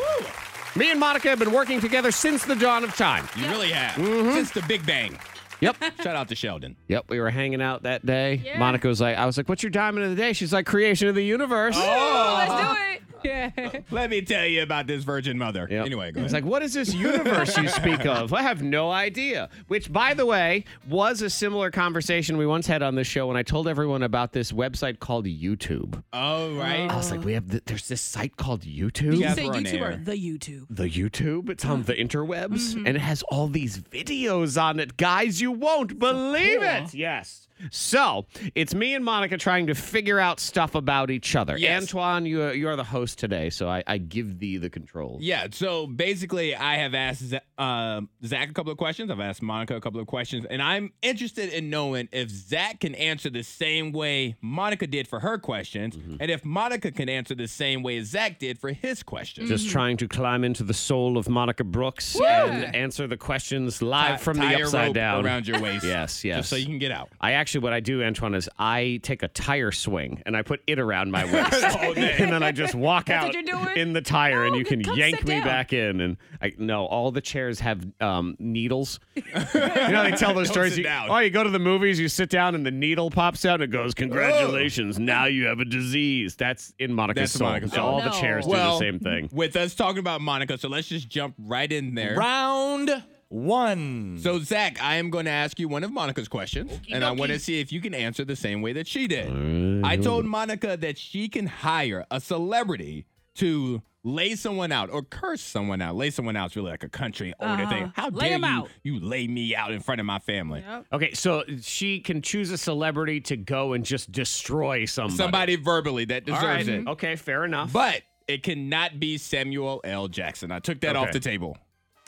Speaker 2: Me and Monica have been working together since the dawn of time.
Speaker 4: You really have. Since the Big Bang.
Speaker 2: Yep.
Speaker 4: Shout out to Sheldon.
Speaker 2: Yep, we were hanging out that day.
Speaker 3: Yeah.
Speaker 2: Monica was like, I was like, what's your diamond of the day? She's like, creation of the universe.
Speaker 3: Oh, Let's do it. Yeah.
Speaker 4: Let me tell you about this virgin mother.
Speaker 2: Yep.
Speaker 4: Anyway, go
Speaker 2: It's
Speaker 4: ahead.
Speaker 2: like, what is this universe you speak of? I have no idea. Which, by the way, was a similar conversation we once had on this show when I told everyone about this website called YouTube.
Speaker 4: oh, right.
Speaker 2: I was like, we have th- there's this site called YouTube.
Speaker 3: Did
Speaker 4: Yeah,
Speaker 3: you say
Speaker 4: we're on
Speaker 3: YouTube
Speaker 4: air.
Speaker 3: or the YouTube?
Speaker 2: the YouTube. It's on the interwebs,
Speaker 4: Mm-hmm.
Speaker 2: and it has all these videos on it. Guys, you won't believe it. Yes. So it's me and Monica trying to figure out stuff about each other.
Speaker 4: Yes.
Speaker 2: Antoine, you you are the host today, so I, I give thee the control.
Speaker 4: Yeah, so basically, I have asked Z- uh, Zach a couple of questions. I've asked Monica a couple of questions, and I'm interested in knowing if Zach can answer the same way Monica did for her questions,
Speaker 2: Mm-hmm.
Speaker 4: and if Monica can answer the same way as Zach did for his questions.
Speaker 2: Just trying to climb into the soul of Monica Brooks and answer the questions live
Speaker 4: Tie-
Speaker 2: from
Speaker 4: tie
Speaker 2: the
Speaker 4: a
Speaker 2: upside
Speaker 4: rope
Speaker 2: down.
Speaker 4: around your waist.
Speaker 2: Yes, yes.
Speaker 4: Just so you can get out.
Speaker 2: I actually, what I do, Antoine, is I take a tire swing and I put it around my waist,
Speaker 4: Oh,
Speaker 2: and then I just walk
Speaker 3: That's
Speaker 2: out
Speaker 3: what you're doing?
Speaker 2: in the tire, and
Speaker 3: No,
Speaker 2: you
Speaker 3: then
Speaker 2: can
Speaker 3: come
Speaker 2: yank
Speaker 3: sit
Speaker 2: me
Speaker 3: down.
Speaker 2: back in. And I no, all the chairs have um, needles. you know, they tell those
Speaker 4: Don't
Speaker 2: stories.
Speaker 4: sit
Speaker 2: You,
Speaker 4: down.
Speaker 2: oh, you go to the movies, you sit down, and the needle pops out, and it goes, "Congratulations, now you have a disease." That's in Monica's
Speaker 4: Oh. That's
Speaker 2: soul.
Speaker 4: Monica's soul.
Speaker 2: All the
Speaker 3: No.
Speaker 2: chairs
Speaker 4: Well,
Speaker 2: do the same thing.
Speaker 4: With us talking about Monica, so let's just jump right in there.
Speaker 6: Round one.
Speaker 4: So, Zach, I am going to ask you one of Monica's questions, and I want to see if you can answer the same way that she did. I told Monica that she can hire a celebrity to lay someone out or curse someone out. Lay someone out is really like a country older
Speaker 3: Uh-huh.
Speaker 4: thing. How
Speaker 3: Lay
Speaker 4: dare
Speaker 3: 'em
Speaker 4: you?
Speaker 3: out.
Speaker 4: You lay me out in front of my family.
Speaker 3: Yep.
Speaker 2: Okay, so she can choose a celebrity to go and just destroy somebody.
Speaker 4: Somebody verbally that
Speaker 2: All right.
Speaker 4: deserves it,
Speaker 2: Okay, fair enough.
Speaker 4: but it cannot be Samuel L. Jackson. I took that off
Speaker 2: Okay.
Speaker 4: the table.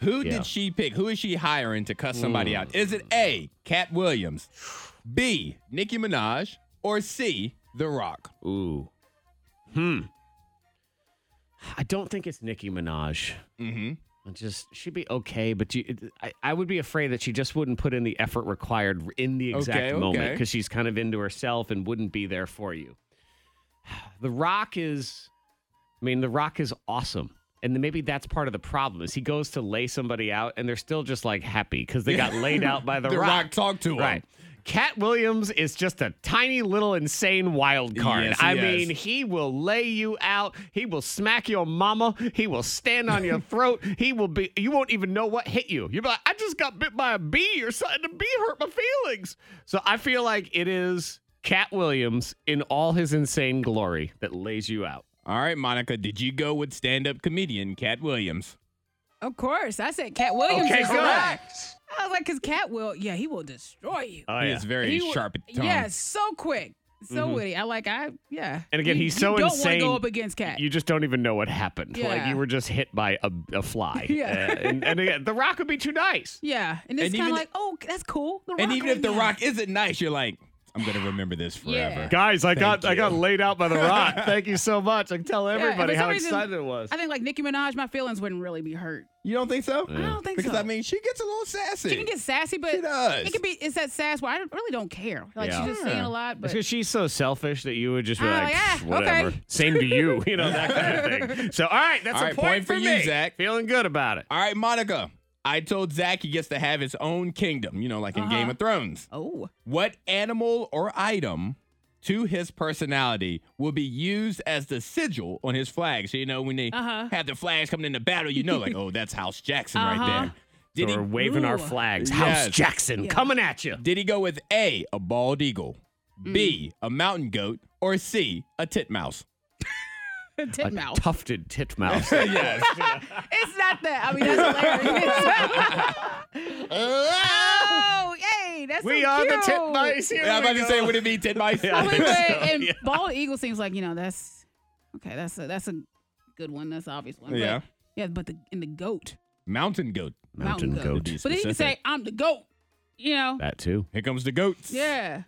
Speaker 4: Who
Speaker 2: Yeah.
Speaker 4: did she pick? Who is she hiring to cuss somebody out? Is it A, Cat Williams, B, Nicki Minaj, or C, The Rock?
Speaker 2: Ooh. Hmm. I don't think it's Nicki Minaj.
Speaker 4: Mm-hmm.
Speaker 2: I Just she'd be okay, but you, it- I, I would be afraid that she just wouldn't put in the effort required in the exact
Speaker 4: Okay,
Speaker 2: moment
Speaker 4: okay.
Speaker 2: because she's kind of into herself and wouldn't be there for you. The Rock is, I mean, The Rock is awesome, and then maybe that's part of the problem is he goes to lay somebody out and they're still just like happy because they got laid out by The,
Speaker 4: The Rock talked to him.
Speaker 2: Right. Cat Williams is just a tiny little insane wild card.
Speaker 4: Yes, he
Speaker 2: I
Speaker 4: is.
Speaker 2: mean, he will lay you out. He will smack your mama. He will stand on your throat. He will be, you won't even know what hit you. You'll be like, I just got bit by a bee or something. The bee hurt my feelings. So I feel like it is Cat Williams in all his insane glory that lays you out.
Speaker 4: All right, Monica, did you go with stand up comedian Cat Williams?
Speaker 3: Of course. I said Cat Williams.
Speaker 2: Okay,
Speaker 3: is
Speaker 2: good.
Speaker 3: right. I was like, because Cat will, yeah, he will destroy you.
Speaker 2: Oh,
Speaker 4: he
Speaker 2: yeah.
Speaker 4: is very
Speaker 3: He will-
Speaker 4: sharp at the tongue.
Speaker 3: Yeah, so quick. So
Speaker 2: Mm-hmm.
Speaker 3: witty. I like, I, yeah.
Speaker 2: And again,
Speaker 3: You-
Speaker 2: he's so
Speaker 3: you don't
Speaker 2: insane.
Speaker 3: want to go up against Cat.
Speaker 2: You just don't even know what happened. Like
Speaker 3: Yeah.
Speaker 2: you were just hit by a, a fly.
Speaker 3: Yeah.
Speaker 2: Uh, and, and again, The Rock would be too nice.
Speaker 3: yeah. And it's kind of
Speaker 4: And even-
Speaker 3: like, oh, that's cool. The
Speaker 4: And
Speaker 3: Rock
Speaker 4: even if
Speaker 3: right
Speaker 4: The
Speaker 3: now.
Speaker 4: Rock isn't nice, you're like, I'm going to remember this
Speaker 3: Yeah.
Speaker 4: forever.
Speaker 2: Guys, I got I
Speaker 4: you.
Speaker 2: got laid out by the rock. Thank you so much. I can tell
Speaker 3: Yeah, and
Speaker 2: everybody
Speaker 3: for
Speaker 2: how
Speaker 3: some reason,
Speaker 2: excited it was.
Speaker 3: I think like Nicki Minaj, my feelings wouldn't really be hurt.
Speaker 4: You don't think so?
Speaker 3: I don't think
Speaker 4: because,
Speaker 3: so.
Speaker 4: I mean, she gets a little sassy.
Speaker 3: She can get sassy, but
Speaker 4: She does.
Speaker 3: it can be it's that sass where I don't- really don't care. Like
Speaker 2: Yeah.
Speaker 3: she's just saying a lot,
Speaker 2: It's
Speaker 3: but
Speaker 2: because she's so selfish that you would just be
Speaker 3: Oh,
Speaker 2: like,
Speaker 3: yeah,
Speaker 2: "Pff, whatever.
Speaker 3: okay."
Speaker 2: Same to you, you know, that kind of thing. So, all right, that's
Speaker 4: All
Speaker 2: a
Speaker 4: right,
Speaker 2: point,
Speaker 4: point for you,
Speaker 2: me.
Speaker 4: Zach.
Speaker 2: Feeling good about it.
Speaker 4: All right, Monica. I told Zach he gets to have his own kingdom, you know, like in Game of Thrones.
Speaker 3: Uh-huh. oh,
Speaker 4: What animal or item to his personality will be used as the sigil on his flag? So, you know, when they
Speaker 3: Uh-huh.
Speaker 4: have the flags coming into battle, you know, like, oh, that's House Jackson right there.
Speaker 2: So
Speaker 4: Did
Speaker 2: we're
Speaker 4: he,
Speaker 2: waving our
Speaker 3: Ooh.
Speaker 2: flags. House
Speaker 4: Yes.
Speaker 2: Jackson
Speaker 3: Yeah.
Speaker 2: coming at you.
Speaker 4: did he go with A, a bald eagle, B,
Speaker 3: Mm.
Speaker 4: a mountain goat, or C, a titmouse?
Speaker 2: A
Speaker 3: titmouse.
Speaker 2: tufted titmouse.
Speaker 4: yes.
Speaker 3: it's not that. I mean, that's hilarious. oh, yay, that's
Speaker 2: we
Speaker 3: so
Speaker 2: are the
Speaker 3: cute.
Speaker 2: titmice here.
Speaker 4: I'm
Speaker 2: we
Speaker 4: about to
Speaker 2: go.
Speaker 4: say, would it be titmice?
Speaker 2: Yeah.
Speaker 3: Oh, wait,
Speaker 2: think
Speaker 3: wait,
Speaker 2: so,
Speaker 3: and
Speaker 2: yeah.
Speaker 3: bald eagle seems like you know that's okay. That's a that's a good one. That's an obvious one. but-
Speaker 4: Yeah.
Speaker 3: yeah, but the and the goat,
Speaker 4: Mountain goat.
Speaker 2: Mountain
Speaker 3: mountain
Speaker 2: goat.
Speaker 3: goat.
Speaker 4: Be
Speaker 3: but then you can
Speaker 4: specific.
Speaker 3: say I'm the goat. You know,
Speaker 2: That too.
Speaker 4: Here comes the goats.
Speaker 3: yeah.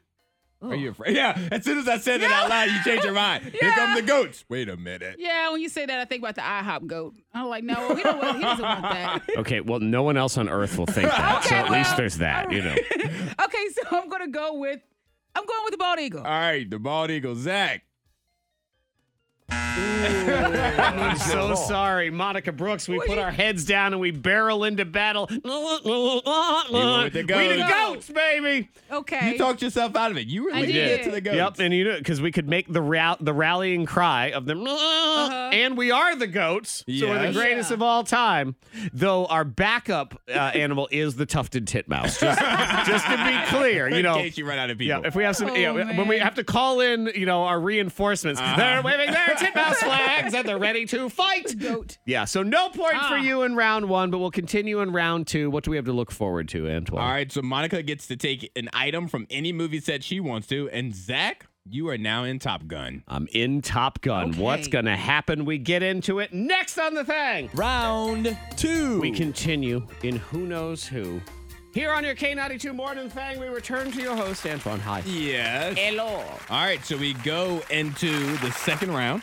Speaker 4: Are you afraid? Yeah. As soon as I said that out loud, you changed your mind. Here
Speaker 3: Yeah.
Speaker 4: come the goats. Wait a minute.
Speaker 3: Yeah, when you say that, I think about the IHOP goat. I'm like, no, he, don't, he doesn't want that.
Speaker 2: Okay, well, no one else on earth will think that. so
Speaker 3: Okay,
Speaker 2: at least
Speaker 3: well,
Speaker 2: there's that, you know.
Speaker 3: okay, so I'm gonna go with, I'm going with the bald eagle.
Speaker 4: All right, the bald eagle, Zach.
Speaker 2: I'm so sorry, Monica Brooks. We put our heads down and we barrel into battle. we
Speaker 4: went with
Speaker 2: the
Speaker 4: the goats.
Speaker 2: goats, baby.
Speaker 3: okay.
Speaker 4: You talked yourself out of it. You
Speaker 3: I
Speaker 4: really
Speaker 3: did.
Speaker 4: did to the goats.
Speaker 2: Yep, and you know because we could make the row- the rallying cry of them, and we are the goats, so we're the
Speaker 4: Uh-huh. Yes.
Speaker 2: greatest
Speaker 3: Yeah.
Speaker 2: of all time. Though our backup uh, animal is the tufted titmouse. Just, just to be clear, you
Speaker 4: in
Speaker 2: know.
Speaker 4: case you run out of people.
Speaker 2: Yeah, if we have some, yeah,
Speaker 3: Oh,
Speaker 2: when we
Speaker 3: man.
Speaker 2: have to call in, you know, our reinforcements,
Speaker 4: Uh-huh.
Speaker 2: they're waving their titmouse flags and they're ready to fight.
Speaker 3: goat.
Speaker 2: Yeah, so no point for
Speaker 3: Ah.
Speaker 2: you in round one, but we'll continue in round two. What do we have to look forward to, Antoine?
Speaker 4: All right, so Monica gets to take an item from any movie set she wants to, and Zach, you are now in Top Gun.
Speaker 2: I'm in Top Gun.
Speaker 3: Okay.
Speaker 2: What's going to happen? We get into it next on the thing.
Speaker 6: Round two.
Speaker 2: We continue in Who Knows Who. Here on your K92 Morning Thing, we return to your host, Antoine. Hi.
Speaker 4: Yes. Hello. All right, so we go into the second round,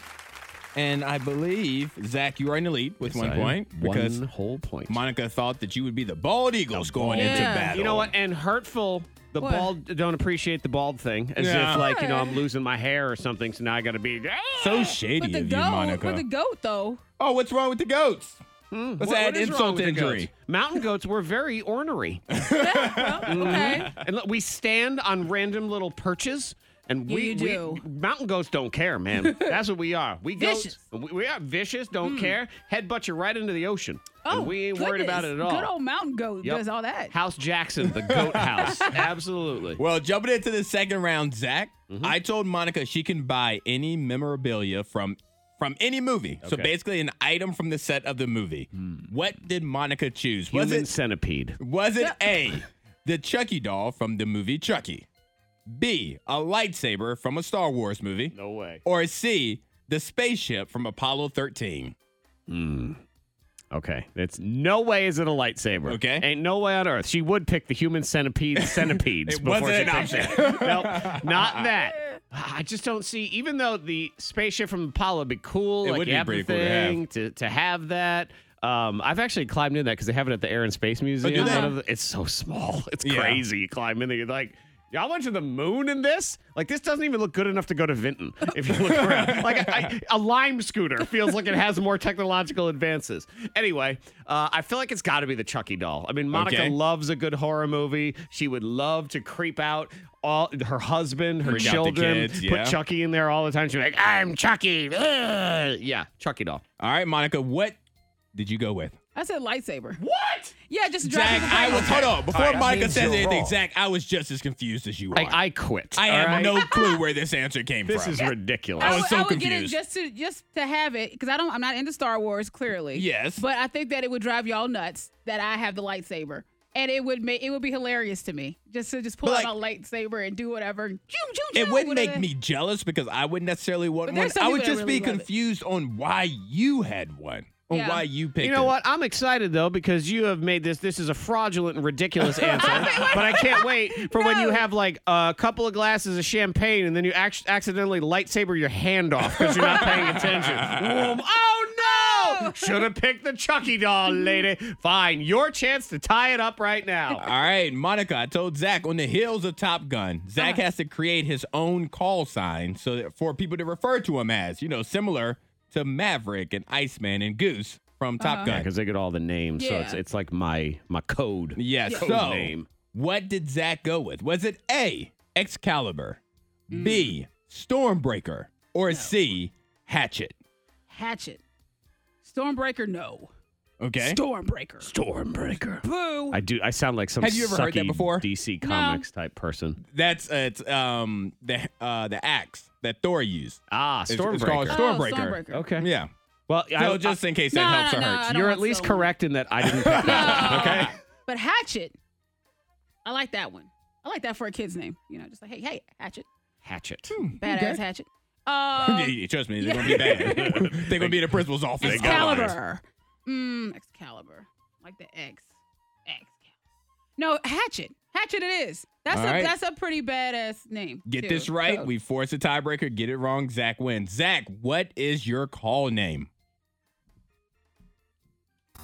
Speaker 4: and I believe Zach, you are in the lead with one
Speaker 2: Sorry.
Speaker 4: point because
Speaker 2: One whole point.
Speaker 4: Monica thought that you would be the bald eagles going into
Speaker 3: Yeah.
Speaker 4: battle.
Speaker 2: You know what? And hurtful. The
Speaker 3: What?
Speaker 2: bald don't appreciate the bald thing, as
Speaker 4: Yeah.
Speaker 2: if like you know I'm losing my hair or something. So now I got to be. "Ah!"
Speaker 4: So
Speaker 3: But
Speaker 4: shady
Speaker 3: the
Speaker 4: of
Speaker 3: goat,
Speaker 4: you, Monica.
Speaker 3: but the goat though.
Speaker 4: oh, what's wrong with the goats? Let's
Speaker 2: Hmm, What-
Speaker 4: add
Speaker 2: what is wrong
Speaker 4: insult
Speaker 2: with
Speaker 4: to
Speaker 2: the
Speaker 4: injury.
Speaker 2: goats? Mountain goats were very ornery,
Speaker 3: Okay.
Speaker 2: and look, we stand on random little perches. And
Speaker 3: Yeah,
Speaker 2: we,
Speaker 3: you
Speaker 2: we-
Speaker 3: do.
Speaker 2: mountain goats don't care, man. That's what we are. We
Speaker 3: Vicious. Mm.
Speaker 2: goats, we, we are vicious, don't care. Headbutt you right into the ocean.
Speaker 3: Oh,
Speaker 2: and we ain't worried about it at
Speaker 3: goodness.
Speaker 2: all.
Speaker 3: Good old mountain goat
Speaker 2: Yep.
Speaker 3: does all that.
Speaker 2: House Jackson, the goat house, absolutely.
Speaker 4: Well, jumping into the second round, Zach,
Speaker 2: Mm-hmm.
Speaker 4: I told Monica she can buy any memorabilia from from any movie. So
Speaker 2: Okay. Hmm.
Speaker 4: basically, an item from the set of the movie. What did Monica choose? Was
Speaker 2: Human
Speaker 4: it
Speaker 2: centipede.
Speaker 4: was it A, the Chucky doll from the movie Chucky, B, a lightsaber from a Star Wars movie,
Speaker 2: No way.
Speaker 4: or C, the spaceship from Apollo 13?
Speaker 2: Okay. It's no way is it a lightsaber.
Speaker 4: Okay.
Speaker 2: Ain't no way on earth. She would pick the human centipede centipedes
Speaker 4: It
Speaker 2: before
Speaker 4: wasn't
Speaker 2: she
Speaker 4: an
Speaker 2: picks it. nope. Not that. I just don't see even though the spaceship from Apollo would be cool,
Speaker 4: It
Speaker 2: like
Speaker 4: would
Speaker 2: you
Speaker 4: be
Speaker 2: have the
Speaker 4: pretty cool to
Speaker 2: thing to, to have that. Um, I've actually climbed in that because they have it at the Air and Space Museum.
Speaker 4: Oh, do they?
Speaker 2: One of the- it's so small. It's
Speaker 4: Yeah.
Speaker 2: crazy. You climb in there, you're like, y'all went to the moon in this? Like, this doesn't even look good enough to go to Vinton if you look around. like, I, a lime scooter feels like it has more technological advances. Anyway, uh, I feel like it's got to be the Chucky doll. I mean, Monica
Speaker 4: Okay.
Speaker 2: loves a good horror movie. She would love to creep out all her husband, her
Speaker 4: Freak out the
Speaker 2: children,
Speaker 4: kids, yeah.
Speaker 2: put Chucky in there all the time. She'd be like, I'm Chucky. Ugh. Yeah, Chucky doll.
Speaker 4: All right, Monica, what did you go with?
Speaker 3: I said lightsaber.
Speaker 2: What?
Speaker 3: Yeah, just
Speaker 4: Zach,
Speaker 3: drag.
Speaker 4: I was hold on. Before
Speaker 1: All right, that
Speaker 4: Monica
Speaker 1: means
Speaker 4: says
Speaker 1: you're
Speaker 4: anything,
Speaker 1: wrong.
Speaker 4: Zach, I was just as confused as you are.
Speaker 2: I, I quit.
Speaker 4: I
Speaker 2: all
Speaker 4: have
Speaker 2: right?
Speaker 4: no clue where this answer came
Speaker 2: This
Speaker 4: from.
Speaker 2: is ridiculous.
Speaker 4: I was
Speaker 3: would-
Speaker 4: so
Speaker 3: I would get it
Speaker 4: confused.
Speaker 3: just to just to have it because I don't. I'm not into Star Wars clearly.
Speaker 4: Yes.
Speaker 3: But I think that it would drive y'all nuts that I have the lightsaber, and it would make it would be hilarious to me just to just pull
Speaker 4: But,
Speaker 3: out my lightsaber and do whatever. Choo, choo,
Speaker 4: it
Speaker 3: choo,
Speaker 4: would
Speaker 3: whatever.
Speaker 4: make me jealous because I wouldn't necessarily want
Speaker 3: But
Speaker 4: one.
Speaker 3: there's some
Speaker 4: I would
Speaker 3: people that
Speaker 4: just
Speaker 3: really
Speaker 4: be
Speaker 3: love it.
Speaker 4: confused on why you had one, on
Speaker 3: Yeah.
Speaker 4: why you picked.
Speaker 2: You know
Speaker 4: it.
Speaker 2: what? I'm excited though because you have made this. This is a fraudulent and ridiculous answer, but I can't wait for when you have like a couple of glasses of champagne and then you act- accidentally lightsaber your hand off because you're not paying attention. Boom. Oh no! Should have picked the Chucky doll, lady. Fine, your chance to tie it up right now.
Speaker 4: All right, Monica, I told Zach on the heels of Top Gun,
Speaker 3: Uh-huh.
Speaker 4: Zach has to create his own call sign so that for people to refer to him as, you know, similar to Maverick and Iceman and Goose from Top
Speaker 3: Uh-huh.
Speaker 4: Gun.
Speaker 2: Because they get all the names, so it's
Speaker 3: Yeah.
Speaker 2: it's like my my code.
Speaker 4: Yes.
Speaker 2: Code
Speaker 4: So,
Speaker 2: name.
Speaker 4: what did Zach go with? Was it A, Excalibur,
Speaker 3: Mm.
Speaker 4: B, Stormbreaker, or C, Hatchet?
Speaker 3: hatchet. Stormbreaker, no.
Speaker 4: Okay.
Speaker 3: Stormbreaker.
Speaker 2: Stormbreaker.
Speaker 3: Boo.
Speaker 2: I do. I sound like some
Speaker 4: Have you ever heard that
Speaker 2: sucky
Speaker 4: before?
Speaker 2: DC Comics type person.
Speaker 4: That's uh, it's um the uh the axe that Thor used.
Speaker 2: Ah,
Speaker 4: It's, it's called
Speaker 2: Stormbreaker.
Speaker 3: Oh,
Speaker 4: Stormbreaker.
Speaker 3: Stormbreaker.
Speaker 2: okay.
Speaker 4: Yeah.
Speaker 2: Well,
Speaker 4: So
Speaker 2: I,
Speaker 4: just in case
Speaker 3: No,
Speaker 4: that helps
Speaker 3: no,
Speaker 4: or
Speaker 3: no,
Speaker 4: hurts.
Speaker 3: I don't
Speaker 2: You're
Speaker 3: want
Speaker 2: at least
Speaker 3: so-
Speaker 2: correct in that I didn't pick that one, okay?
Speaker 3: Uh, But hatchet. I like that one. I like that for a kid's name. You know, just like hey, hey, hatchet,
Speaker 2: Hatchet.
Speaker 3: badass hatchet. Um,
Speaker 4: Yeah, yeah, trust me, they're gonna be bad. they're gonna be in the principal's office.
Speaker 3: Excalibur. Mm, Excalibur. Like the X. X. No, Hatchet. Hatchet it is. That's
Speaker 4: All
Speaker 3: a
Speaker 4: right.
Speaker 3: that's a pretty badass name.
Speaker 4: Get
Speaker 3: too.
Speaker 4: this right.
Speaker 3: So-
Speaker 4: We force a tiebreaker. Get it wrong. Zach wins. Zach, what is your call name?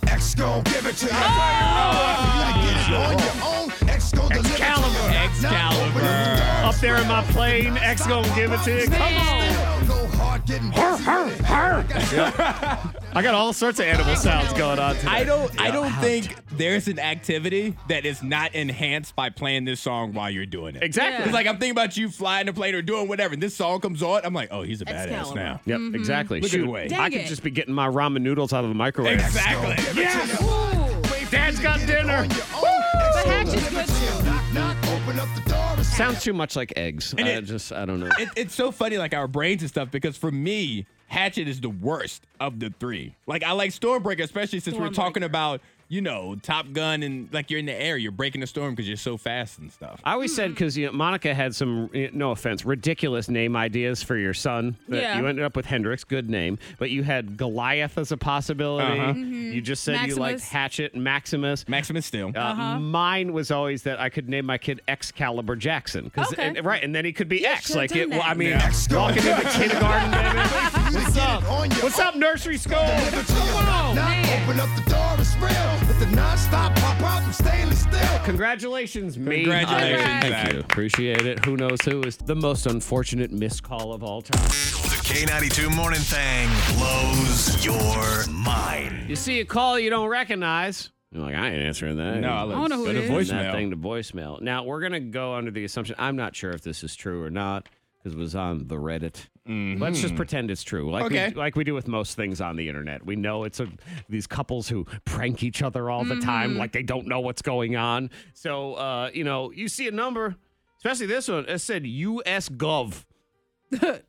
Speaker 8: X gon' give it to you. Oh! Like it on your own. X gon' deliver Excalibur.
Speaker 4: Excalibur.
Speaker 2: Up there in my plane, X gonna give it to you. Come on.
Speaker 8: Go hard, getting busy with it.
Speaker 2: I got all sorts of animal sounds going on today.
Speaker 4: I don't. I don't think there's an activity that is not enhanced by playing this song while you're doing it.
Speaker 2: Exactly.
Speaker 4: It's like I'm thinking about you flying a plane or doing whatever, and this song comes on. I'm like, oh, he's a badass
Speaker 3: Excalibur.
Speaker 4: now.
Speaker 2: Yep, exactly.
Speaker 4: Look at
Speaker 2: Shoot,
Speaker 4: the way.
Speaker 2: I
Speaker 3: Dang
Speaker 2: could
Speaker 3: it.
Speaker 2: just be getting my ramen noodles out of the microwave.
Speaker 4: Exactly.
Speaker 2: Yes.
Speaker 3: Ooh.
Speaker 2: Dad's got dinner.
Speaker 3: But Hatchet's good too.
Speaker 8: Knock, open up the door. It's
Speaker 2: Sounds too much like eggs. I
Speaker 4: it-
Speaker 2: just, I don't know.
Speaker 4: It, it's so funny, like our brains and stuff, because for me, Hatchet is the worst of the three. Like I like Stormbreaker, especially since we're talking
Speaker 3: Stormbreaker.
Speaker 4: about you know Top Gun and like you're in the air, you're breaking the storm because you're so fast and stuff.
Speaker 2: I always said because you know, Monica had some, eh, no offense, ridiculous name ideas for your son. That
Speaker 3: Yeah.
Speaker 2: You ended up with Hendrix, good name, but you had Goliath as a possibility. You just said you liked
Speaker 3: Maximus.
Speaker 2: Hatchet and Maximus.
Speaker 4: Maximus still.
Speaker 2: Uh,
Speaker 3: Uh-huh.
Speaker 2: Mine was always that I could name my kid Excalibur Jackson, 'Cause-
Speaker 3: Okay.
Speaker 2: and- right, and then he could be X.
Speaker 3: should've
Speaker 2: Like
Speaker 3: done
Speaker 2: it,
Speaker 3: that.
Speaker 2: I mean,
Speaker 8: Yeah.
Speaker 2: walking into kindergarten, baby. What's up?
Speaker 8: on your
Speaker 2: What's up, nursery school?
Speaker 8: delivered to you.
Speaker 2: Come on.
Speaker 8: Knock, open up the door. It's real. With the non-stop pop out from stainless steel.
Speaker 2: Congratulations, me.
Speaker 4: Congratulations,
Speaker 2: Hi. Thank
Speaker 4: Zach.
Speaker 2: you. Appreciate it. Who knows who is the most unfortunate miscall of all time?
Speaker 1: The K92 Morning Thang blows your mind.
Speaker 2: You see a call you don't recognize. You're like, I ain't answering that.
Speaker 4: No, I,
Speaker 2: And
Speaker 4: let-
Speaker 3: wanna know who
Speaker 4: go
Speaker 3: it
Speaker 4: to
Speaker 3: is.
Speaker 2: send that thing
Speaker 4: voicemail.
Speaker 2: to voicemail. Now we're gonna go under the assumption. I'm not sure if this is true or not because it was on the Reddit.
Speaker 4: Mm-hmm.
Speaker 2: Let's just pretend it's true, like
Speaker 4: Okay.
Speaker 2: we, like we do with most things on the internet. We know it's a, these couples who prank each other all the
Speaker 3: Mm-hmm.
Speaker 2: time, like they don't know what's going on. So uh, you know, you see a number, especially this one. It said U.S. Gov.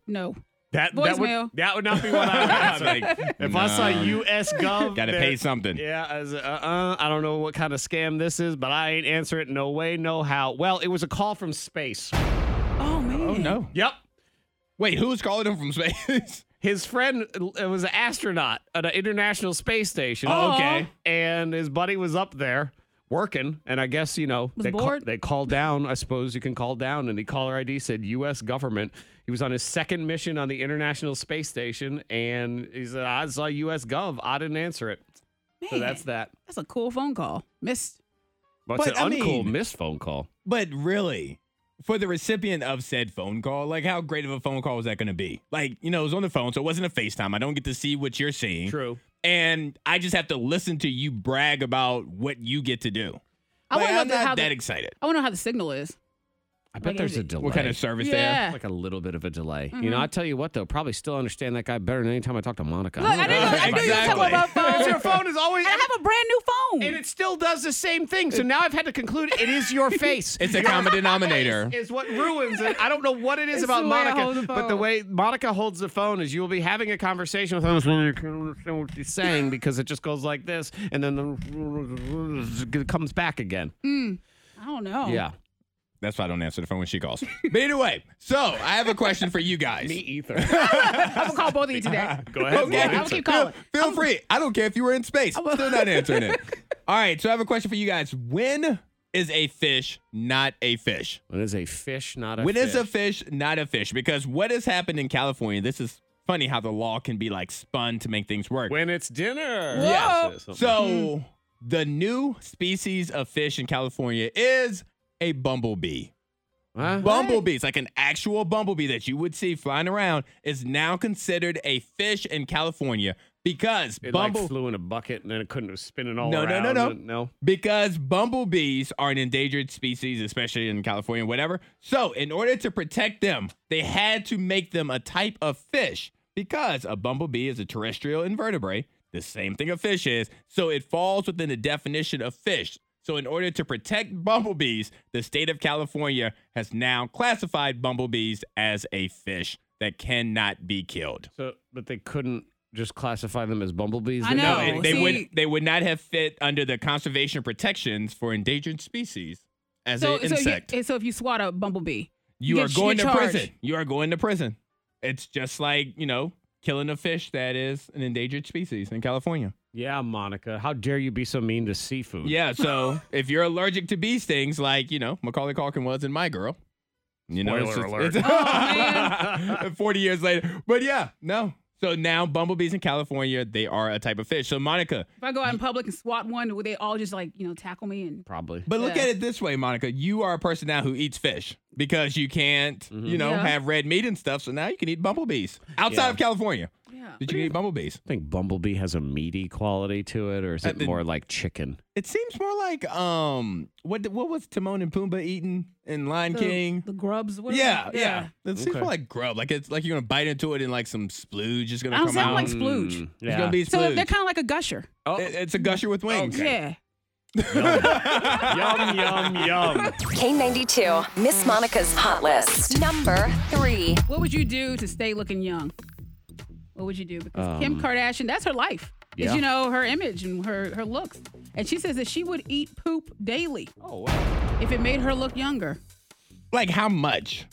Speaker 3: No.
Speaker 2: That that would
Speaker 3: Voicemail.
Speaker 2: that would not be what I would answer.
Speaker 4: Like,
Speaker 2: If I saw
Speaker 4: nah.
Speaker 2: U.S. Gov,
Speaker 4: Gotta
Speaker 2: there-
Speaker 4: pay something.
Speaker 2: Yeah, I, was, uh, uh, I don't know what kind of scam this is, but I ain't answer it no way, no how. Well, it was a call from space.
Speaker 3: Oh man.
Speaker 4: Oh no.
Speaker 2: Yep.
Speaker 4: Wait, who's calling him from space?
Speaker 2: His friend uh, was an astronaut at an international space station.
Speaker 3: Oh, okay.
Speaker 2: And his buddy was up there working, and I guess you know
Speaker 3: Was
Speaker 2: they ca-
Speaker 3: bored?
Speaker 2: they called down. I suppose you can call down, and the caller ID said U.S. government. He was on his second mission on the international space station, and he said I saw U.S. Gov. I didn't answer it, so
Speaker 3: Man,
Speaker 2: that's that.
Speaker 3: That's a cool phone call. Missed.
Speaker 2: But, it's
Speaker 4: But,
Speaker 2: an
Speaker 4: I
Speaker 2: uncool
Speaker 4: mean-
Speaker 2: missed phone call.
Speaker 4: But really, for the recipient of said phone call, like how great of a phone call was that going to be? Like, you know, it was on the phone, so it wasn't a FaceTime. I don't get to see what you're seeing.
Speaker 2: True.
Speaker 4: And I just have to listen to you brag about what you get to do.
Speaker 3: I
Speaker 4: Like,
Speaker 3: wanna know
Speaker 4: I'm
Speaker 3: the-
Speaker 4: not
Speaker 3: how the-
Speaker 4: that excited.
Speaker 3: I want to know how the signal is.
Speaker 2: I bet
Speaker 3: Like,
Speaker 2: there's
Speaker 3: is
Speaker 2: a
Speaker 3: it-
Speaker 2: delay.
Speaker 4: What kind of service they have?
Speaker 3: yeah.
Speaker 2: like a little bit of a delay. You
Speaker 3: Mm-hmm.
Speaker 2: know, I tell you what though, probably still understand that guy better than any time I talk to Monica.
Speaker 3: Look, I didn't know. I knew you were talking about
Speaker 4: Exactly.
Speaker 3: phones.
Speaker 2: your phone is always
Speaker 3: I have a brand new phone.
Speaker 2: and it still does the same thing. So now I've had to conclude it is your face.
Speaker 4: It's a common denominator.
Speaker 2: is what ruins it. I don't know what it is
Speaker 3: It's
Speaker 2: about
Speaker 3: the way I hold
Speaker 2: Monica,
Speaker 3: the
Speaker 2: but the
Speaker 3: phone.
Speaker 2: way Monica holds the phone is you will be having a conversation with her and you can't understand what she's saying because it just goes like this and then the, it comes back again.
Speaker 3: Hmm. I don't know.
Speaker 2: Yeah.
Speaker 4: That's why I don't answer the phone when she calls. But anyway, so I have a question for you guys.
Speaker 2: Ether.
Speaker 3: I'm gonna call both of you today.
Speaker 2: Go ahead.
Speaker 4: Okay.
Speaker 3: I will keep calling.
Speaker 4: Feel, feel free. I don't care if you were in space. I'm still not answering it. All right. So I have a question for you guys. When is a fish not a fish?
Speaker 2: When is a fish not a
Speaker 4: When
Speaker 2: fish?
Speaker 4: is a fish not a fish? Because what has happened in California, this is funny how the law can be like spun to make things work.
Speaker 2: when it's dinner.
Speaker 4: Yeah.
Speaker 2: Yes.
Speaker 4: So
Speaker 3: Hmm.
Speaker 4: the new species of fish in California is a bumblebee.
Speaker 2: Huh?
Speaker 4: Bumblebees, like an actual bumblebee that you would see flying around, is now considered a fish in California because
Speaker 2: It
Speaker 4: bumble
Speaker 2: like flew in a bucket and then it couldn't spin it all
Speaker 4: No, no,
Speaker 2: around.
Speaker 4: no, no.
Speaker 2: and- no.
Speaker 4: because bumblebees are an endangered species, especially in California, whatever. So, in order to protect them, they had to make them a type of fish because a bumblebee is a terrestrial invertebrate, the same thing a fish is. So, it falls within the definition of fish. So, in order to protect bumblebees, the state of California has now classified bumblebees as a fish that cannot be killed.
Speaker 2: So, but they couldn't just classify them as bumblebees.
Speaker 3: I
Speaker 2: They-
Speaker 3: know.
Speaker 4: No, it- they
Speaker 3: see-
Speaker 4: would they would not have fit under the conservation protections for endangered species as
Speaker 3: So,
Speaker 4: an
Speaker 3: so, you,
Speaker 4: insect.
Speaker 3: and so if you swat a bumblebee,
Speaker 4: you
Speaker 3: get-
Speaker 4: are
Speaker 3: you
Speaker 4: going to
Speaker 3: get charged.
Speaker 4: prison. You are going to prison. It's just like you know killing a fish that is an endangered species in California.
Speaker 2: Yeah, Monica. How dare you be so mean to seafood?
Speaker 4: Yeah, so if you're allergic to bee stings, like you know Macaulay Culkin was in My Girl. You know, it's
Speaker 2: Spoiler alert.
Speaker 4: just- it's-
Speaker 3: Oh,
Speaker 4: 40 years later. But yeah, no. So now bumblebees in California, they are a type of fish. So Monica,
Speaker 3: if I go out in public and swat one, would they all just like you know tackle me and
Speaker 2: Probably.
Speaker 4: But look
Speaker 3: Yeah.
Speaker 4: at it this way, Monica. You are a person now who eats fish because you can't, you know,
Speaker 3: Yeah.
Speaker 4: have red meat and stuff. So now you can eat bumblebees outside of California.
Speaker 3: yeah?
Speaker 4: Did you can eat bumblebees?
Speaker 2: I think bumblebee has a meaty quality to it, or is it
Speaker 4: Uh, the-
Speaker 2: more like chicken?
Speaker 4: It seems more like um, what what was Timon and Pumbaa eating in Lion
Speaker 3: The,
Speaker 4: King?
Speaker 3: the grubs. What are
Speaker 4: yeah,
Speaker 3: they-
Speaker 4: yeah. It seems
Speaker 2: Okay.
Speaker 4: more like grub. Like it's like you're gonna bite into it and like some splooge is gonna
Speaker 3: I don't
Speaker 4: come out.
Speaker 3: sound like splooge.
Speaker 2: Mm,
Speaker 4: It's gonna be
Speaker 3: So
Speaker 4: splooge.
Speaker 3: they're kind of like a gusher.
Speaker 2: Oh,
Speaker 4: It- it's a gusher with wings.
Speaker 3: Yeah.
Speaker 2: yum, yum, yum.
Speaker 5: K92, Miss Monica's Hot List. Number three.
Speaker 3: What would you do to stay looking young? What would you do? Because
Speaker 4: Um,
Speaker 3: Kim Kardashian, that's her life.
Speaker 2: Yeah.
Speaker 3: Is you know her image and her her looks, and she says that she would eat poop daily
Speaker 2: Oh, wow.
Speaker 3: if it made her look younger.
Speaker 4: Like how much?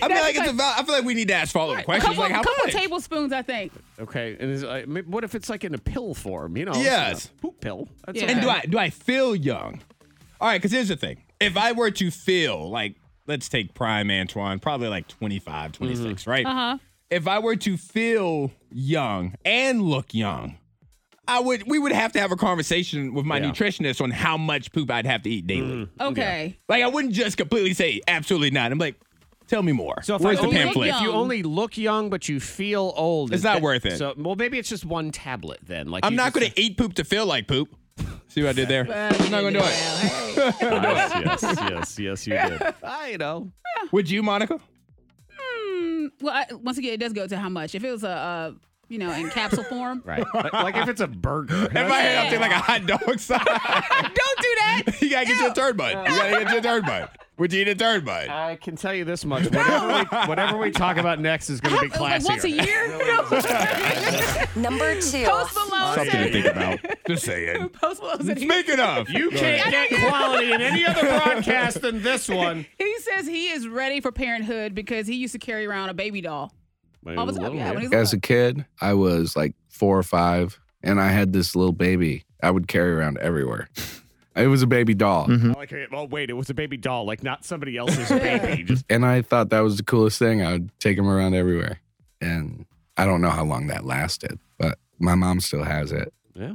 Speaker 4: I mean, like, it's a val- I feel like we need to ask follow up
Speaker 3: A
Speaker 4: questions.
Speaker 3: couple,
Speaker 4: like how
Speaker 3: couple
Speaker 4: much?
Speaker 3: tablespoons, I think.
Speaker 2: Okay. And is, uh, ma- what if it's like in a pill form? You know, it's
Speaker 4: Yes.
Speaker 2: a poop pill. That's
Speaker 3: Yeah.
Speaker 2: okay.
Speaker 4: And do I do I feel young? All right, because here's the thing. If I were to feel like, let's take prime Antoine, probably like 25,
Speaker 2: Mm-hmm.
Speaker 4: 26, right?
Speaker 3: Uh-huh.
Speaker 4: If I were to feel young and look young, I would we would have to have a conversation with my
Speaker 2: Yeah. Mm-hmm.
Speaker 4: nutritionist on how much poop I'd have to eat daily.
Speaker 3: Okay.
Speaker 4: Like I wouldn't just completely say absolutely not. I'm like, tell me more.
Speaker 2: So if,
Speaker 4: Where's
Speaker 2: I
Speaker 4: the
Speaker 2: only-
Speaker 4: pamphlet?
Speaker 2: if you only look young but you feel old,
Speaker 4: It's
Speaker 2: is
Speaker 4: not
Speaker 2: that-
Speaker 4: worth it.
Speaker 2: So, well, maybe it's just one tablet then. Like
Speaker 4: I'm
Speaker 2: you
Speaker 4: not
Speaker 2: just-
Speaker 4: gonna eat poop to feel like poop. See what I did there? I'm not gonna do it.
Speaker 2: yes, yes, yes, yes, you did. I know.
Speaker 4: Would you, Monica?
Speaker 3: Hmm. Well, I, once again, it does go to how much. If it was a, uh, you know, in capsule form,
Speaker 2: Right. Like, like if it's a burger.
Speaker 4: In my head, I'm thinking like a hot dog side.
Speaker 3: don't do that.
Speaker 4: You gotta get your third bite. You gotta get your third bite. Would you eat a third bite?
Speaker 2: I can tell you this much. Whatever, we, whatever we talk about next is going to be
Speaker 3: Have- Uh, like
Speaker 2: classier.
Speaker 3: once a year.
Speaker 5: Number two.
Speaker 3: Post Malone
Speaker 4: Something to
Speaker 3: said.
Speaker 4: think about. Just saying.
Speaker 3: Post Malone said he,
Speaker 4: Speaking of,
Speaker 2: You can't get quality in any other broadcast than this one.
Speaker 3: he says he is ready for parenthood because he used to carry around a baby doll
Speaker 2: Maybe
Speaker 3: All the
Speaker 2: a
Speaker 3: time.
Speaker 2: little
Speaker 3: Yeah,
Speaker 2: bit.
Speaker 3: when he's
Speaker 9: As
Speaker 3: little.
Speaker 9: a kid, I was like four or five, and I had this little baby I would carry around everywhere. It was a baby doll.
Speaker 2: Oh, like, oh, wait, it was a baby doll, like not somebody else's baby. Just
Speaker 9: And I thought that was the coolest thing. I would take him around everywhere. And I don't know how long that lasted, but my mom still has it.
Speaker 2: yeah,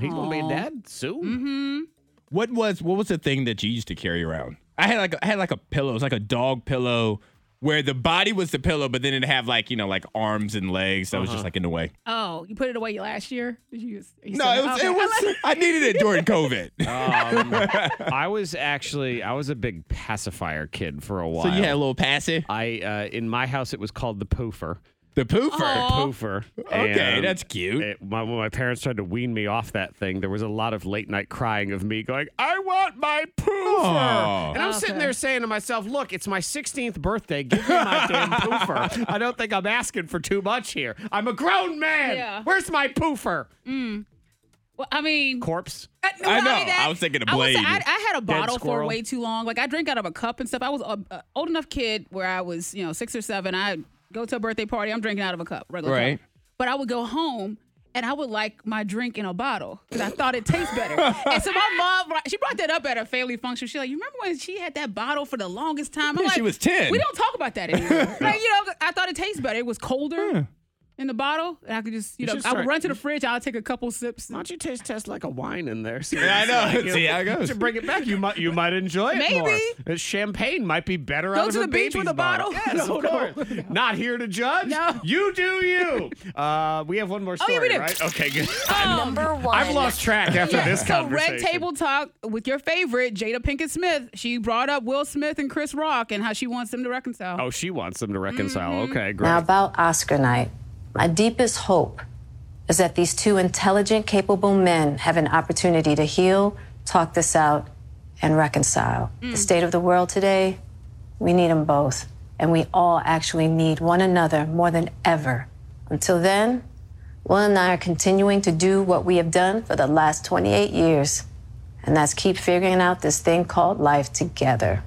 Speaker 2: he's gonna be a
Speaker 3: Aw.
Speaker 2: dad soon.
Speaker 3: Mhm.
Speaker 4: What was what was the thing that you used to carry around? I had like a, I had like a pillow. It was like a dog pillow where the body was the pillow, but then it had like you know like arms and legs that was
Speaker 2: Uh-huh.
Speaker 4: just like in the way.
Speaker 3: Oh, you put it away last year? Did you? Use, you
Speaker 4: No,
Speaker 3: still-
Speaker 4: it was
Speaker 3: okay.
Speaker 4: it was. I needed it during COVID.
Speaker 2: Um,
Speaker 3: Mm-hmm.
Speaker 2: I was actually I was a big pacifier kid for a while.
Speaker 4: so you had a little passive,
Speaker 2: I uh, in my house it was called the poofer.
Speaker 4: the poofer.
Speaker 2: Poofer.
Speaker 4: Okay,
Speaker 2: And
Speaker 4: that's cute.
Speaker 2: it- my, when my parents tried to wean me off that thing, there was a lot of late night crying of me going, "I want my poofer,"
Speaker 4: Aw.
Speaker 2: and I'm sitting
Speaker 3: Oh, Okay.
Speaker 2: there saying to myself, "Look, it's my 16th birthday. Give me my damn poofer. I don't think I'm asking for too much here. I'm a grown man.
Speaker 3: Yeah.
Speaker 2: Where's my poofer?
Speaker 3: Well, I mean,
Speaker 2: Corpse.
Speaker 4: I
Speaker 3: not
Speaker 4: know.
Speaker 3: only that,
Speaker 4: I was thinking of
Speaker 3: I
Speaker 4: Blade.
Speaker 3: I, I had a bottle for
Speaker 2: squirrel.
Speaker 3: way too long. Like I drank out of a cup and stuff. I was a, a old enough kid where I was, you know, six or seven. I go to a birthday party. I'm drinking out of a cup, regular cup.
Speaker 4: Right.
Speaker 3: But I would go home. And I would like my drink in a bottle because I thought it tastes better. and so my mom, brought- she brought that up at her family function. She's like, "You remember when she had that bottle for the longest time?" I'm
Speaker 4: Yeah, she
Speaker 3: like,
Speaker 4: was 10.
Speaker 3: We don't talk about that anymore. like, you know, I thought it tastes better. It was colder in the bottle, and I could just, you, know,
Speaker 2: should
Speaker 3: I would
Speaker 2: start-
Speaker 3: run to the fridge. I'll take a couple sips.
Speaker 2: Why
Speaker 3: and-
Speaker 2: don't you taste test like a wine in there? See
Speaker 4: Yeah, I
Speaker 2: what
Speaker 4: know.
Speaker 2: it's
Speaker 4: See how it goes.
Speaker 2: To bring it back, you might you might enjoy it more.
Speaker 3: Maybe.
Speaker 2: This Champagne might be better.
Speaker 3: Go
Speaker 2: out of
Speaker 3: to the beach with
Speaker 2: baby's
Speaker 3: a bottle?
Speaker 2: Yes,
Speaker 3: No,
Speaker 2: of
Speaker 3: no.
Speaker 2: course. Not here to judge.
Speaker 3: No. Oh,
Speaker 2: you do you. Uh, we have one more story,
Speaker 3: yeah, we do. Oh,
Speaker 2: right? Okay, good.
Speaker 5: Number one.
Speaker 2: I've lost track after this
Speaker 3: Um, so
Speaker 2: conversation.
Speaker 3: red table talk with your favorite Jada Pinkett Smith. She brought up Will Smith and Chris Rock and how she wants them to reconcile.
Speaker 2: Oh, she wants them to reconcile.
Speaker 3: Mm-hmm.
Speaker 2: Okay, great.
Speaker 10: Now, about Oscar night, my deepest hope is that these two intelligent, capable men have an opportunity to heal, talk this out, and reconcile. The state of the world today, we need them both. And we all actually need one another more than ever. Until then, Will and I are continuing to do what we have done for the last 28 years, and that's keep figuring out this thing called life together.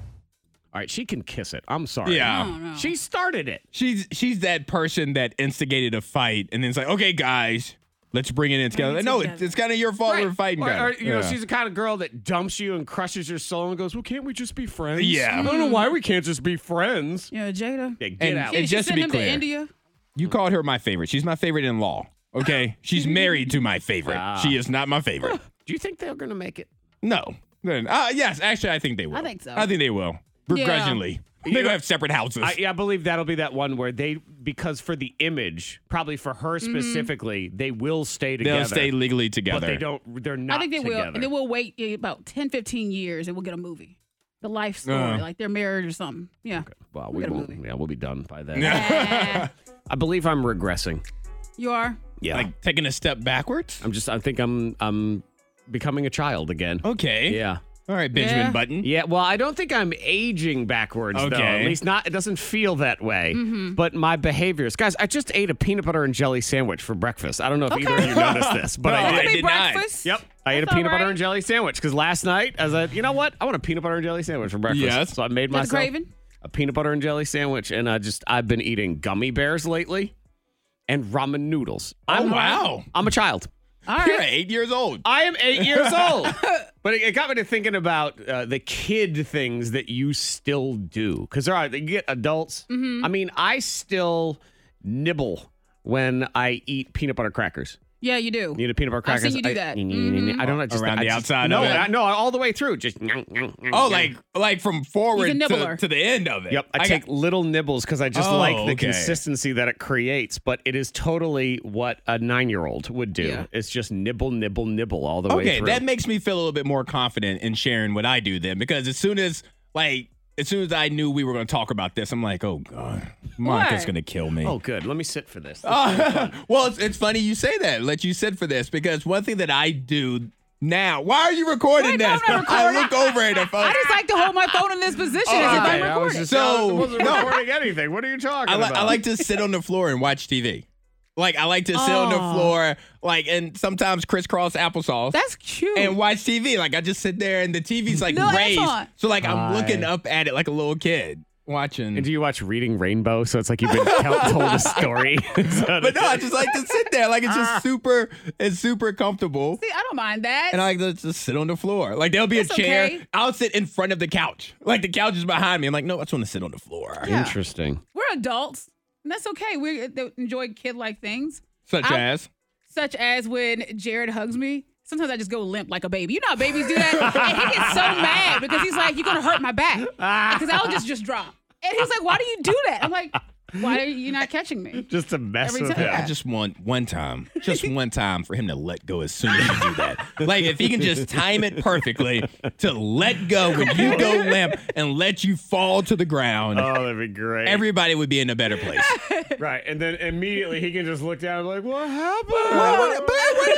Speaker 2: All right, she can kiss it. I'm sorry.
Speaker 4: Yeah.
Speaker 2: she started it.
Speaker 4: She's she's that person that instigated a fight, and then it's like, okay, guys, let's bring it in together. No, it's, it's kind of your fault we're fighting.
Speaker 2: Or,
Speaker 4: kinda.
Speaker 2: or, you know,
Speaker 4: Yeah.
Speaker 2: she's the kind of girl that dumps you and crushes your soul and goes, "Well, can't we just be friends?"
Speaker 4: Yeah.
Speaker 2: I don't
Speaker 3: Mm-hmm.
Speaker 2: know why we can't just be friends.
Speaker 3: Yeah, Jada.
Speaker 2: Yeah, get
Speaker 4: And-
Speaker 2: out.
Speaker 4: and
Speaker 3: She
Speaker 4: just to
Speaker 3: sent
Speaker 4: be
Speaker 3: them
Speaker 4: clear,
Speaker 3: to India.
Speaker 4: You called her my favorite. She's my favorite in law. Okay. She's married to my favorite.
Speaker 2: Ah.
Speaker 4: She is not my favorite.
Speaker 2: Do you think they're gonna make it?
Speaker 4: No. Uh, yes, actually, I think they will.
Speaker 3: I think so.
Speaker 4: I think they will. Begrudgingly. They're going to have separate houses.
Speaker 2: I, yeah, I believe that'll be that one where they, because for the image, probably for her
Speaker 3: Mm-hmm.
Speaker 2: specifically, they will stay together.
Speaker 4: They'll stay legally together.
Speaker 2: but they don't. They're not.
Speaker 3: I think they
Speaker 2: together.
Speaker 3: will. And then we'll wait yeah, about 10, 15 years and we'll get a movie. The life story,
Speaker 2: Uh-huh.
Speaker 4: Uh.
Speaker 3: like their marriage or something. Yeah.
Speaker 2: Well, we
Speaker 3: Get a
Speaker 2: won't.
Speaker 3: movie.
Speaker 2: Yeah, we'll be done by then.
Speaker 3: Eh,
Speaker 2: I believe I'm regressing.
Speaker 3: you are?
Speaker 2: Yeah,
Speaker 4: Like taking a step backwards?
Speaker 2: I'm just. I think I'm. I'm becoming a child again.
Speaker 4: Okay.
Speaker 2: Yeah.
Speaker 4: All right, Benjamin
Speaker 3: Yeah.
Speaker 4: Button.
Speaker 2: Yeah, well, I don't think I'm aging backwards though.
Speaker 4: Okay.
Speaker 2: At least not it doesn't feel that way.
Speaker 3: Mm-hmm.
Speaker 2: But my behaviors. Guys, I just ate a peanut butter and jelly sandwich for breakfast. I don't know if either of you noticed this, but I
Speaker 4: No,
Speaker 2: did.
Speaker 4: I
Speaker 3: Could be
Speaker 4: did not.
Speaker 3: breakfast.
Speaker 2: Yep. I ate a
Speaker 3: That's
Speaker 2: peanut
Speaker 3: all
Speaker 2: butter
Speaker 3: right.
Speaker 2: and jelly sandwich because last night I was like, you know what? I want a peanut butter and jelly sandwich for breakfast.
Speaker 4: Yes.
Speaker 2: So I made myself
Speaker 3: That's Craven?
Speaker 2: a peanut butter and jelly sandwich, and I just I've been eating gummy bears lately and ramen noodles. I'm,
Speaker 4: Oh, wow.
Speaker 2: I'm a child.
Speaker 3: All right.
Speaker 4: You're eight years old.
Speaker 2: I am eight years old. But it, it got me to thinking about uh, the kid things that you still do. Because there are, you get adults. I mean, I still nibble when I eat peanut butter crackers.
Speaker 3: Yeah, you do.
Speaker 2: You know, peanut butter
Speaker 3: I've
Speaker 2: crackers.
Speaker 3: seen you do
Speaker 2: I-
Speaker 3: that. Mm-hmm.
Speaker 2: I don't know. Just,
Speaker 4: Around
Speaker 2: I
Speaker 4: the
Speaker 2: just-
Speaker 4: outside
Speaker 2: No,
Speaker 4: of it.
Speaker 2: I- no, all the way through. Just.
Speaker 4: Oh, like like from forward to,
Speaker 3: nibbler.
Speaker 4: to the end of it.
Speaker 2: Yep, I,
Speaker 4: got-
Speaker 2: take little nibbles because I just
Speaker 4: Oh,
Speaker 2: like the
Speaker 4: okay.
Speaker 2: consistency that it creates. But it is totally what a nine-year-old would do.
Speaker 3: Yeah.
Speaker 2: It's just nibble, nibble, nibble all the way
Speaker 4: Okay,
Speaker 2: through.
Speaker 4: that makes me feel a little bit more confident in sharing what I do then because as soon as like as soon as I knew we were going to talk about this, I'm like, "Oh god. Monica's
Speaker 3: What?
Speaker 4: going to kill me."
Speaker 2: oh, good. Let me sit for this.
Speaker 4: Uh, well, it's, it's funny you say that. Let you sit for this because one thing that I do now. Why are you recording
Speaker 3: Wait, no,
Speaker 4: this?
Speaker 3: I'm not
Speaker 4: I
Speaker 3: recording.
Speaker 4: look over at the phone.
Speaker 3: I just like to hold my phone in this position as if I'm
Speaker 2: I was
Speaker 3: recording.
Speaker 2: just
Speaker 4: So-
Speaker 2: I wasn't
Speaker 4: no.
Speaker 2: recording anything. What are you talking
Speaker 4: I, li-
Speaker 2: about?
Speaker 4: I like to sit on the floor and watch TV. Like I like to sit on
Speaker 3: Oh.
Speaker 4: the floor, like and sometimes crisscross applesauce.
Speaker 3: That's cute.
Speaker 4: and watch TV. Like I just sit there and the TV's like
Speaker 3: No, that's
Speaker 4: raised.
Speaker 3: not.
Speaker 4: So like I'm looking up at it like a little kid. watching.
Speaker 2: And do you watch Reading Rainbow? So it's like you've been tell- told a story.
Speaker 4: But no, I just like to sit there. Like it's
Speaker 3: Ah.
Speaker 4: just super, it's super comfortable.
Speaker 3: See, I don't mind that.
Speaker 4: And I like to just sit on the floor. Like there'll be
Speaker 3: That's
Speaker 4: a chair.
Speaker 3: okay.
Speaker 4: I'll sit in front of the couch. Like the couch is behind me. I'm like, no, I just want to sit on the floor.
Speaker 3: Yeah.
Speaker 2: Interesting.
Speaker 3: We're adults, and that's okay. We uh, they enjoy kid like things,
Speaker 4: Such
Speaker 3: I'm-
Speaker 4: as
Speaker 3: such as when Jared hugs me. Sometimes I just go limp like a baby. You know how babies do that? and he gets so mad because he's like, You're going to hurt my back. Because I'll just, just drop. And he's like, Why do you do that? I'm like, Why are you not catching me?
Speaker 2: Just a mess
Speaker 3: Every
Speaker 2: with
Speaker 3: time.
Speaker 2: it.
Speaker 4: I just want one time, just one time for him to let go as soon as you do that. Like if he can just time it perfectly to let go when you go limp and let you fall to the ground,
Speaker 2: Oh, that'd be great.
Speaker 4: everybody would be in a better place.
Speaker 2: right. And then immediately he can just look down and be like, what happened?
Speaker 4: what, what are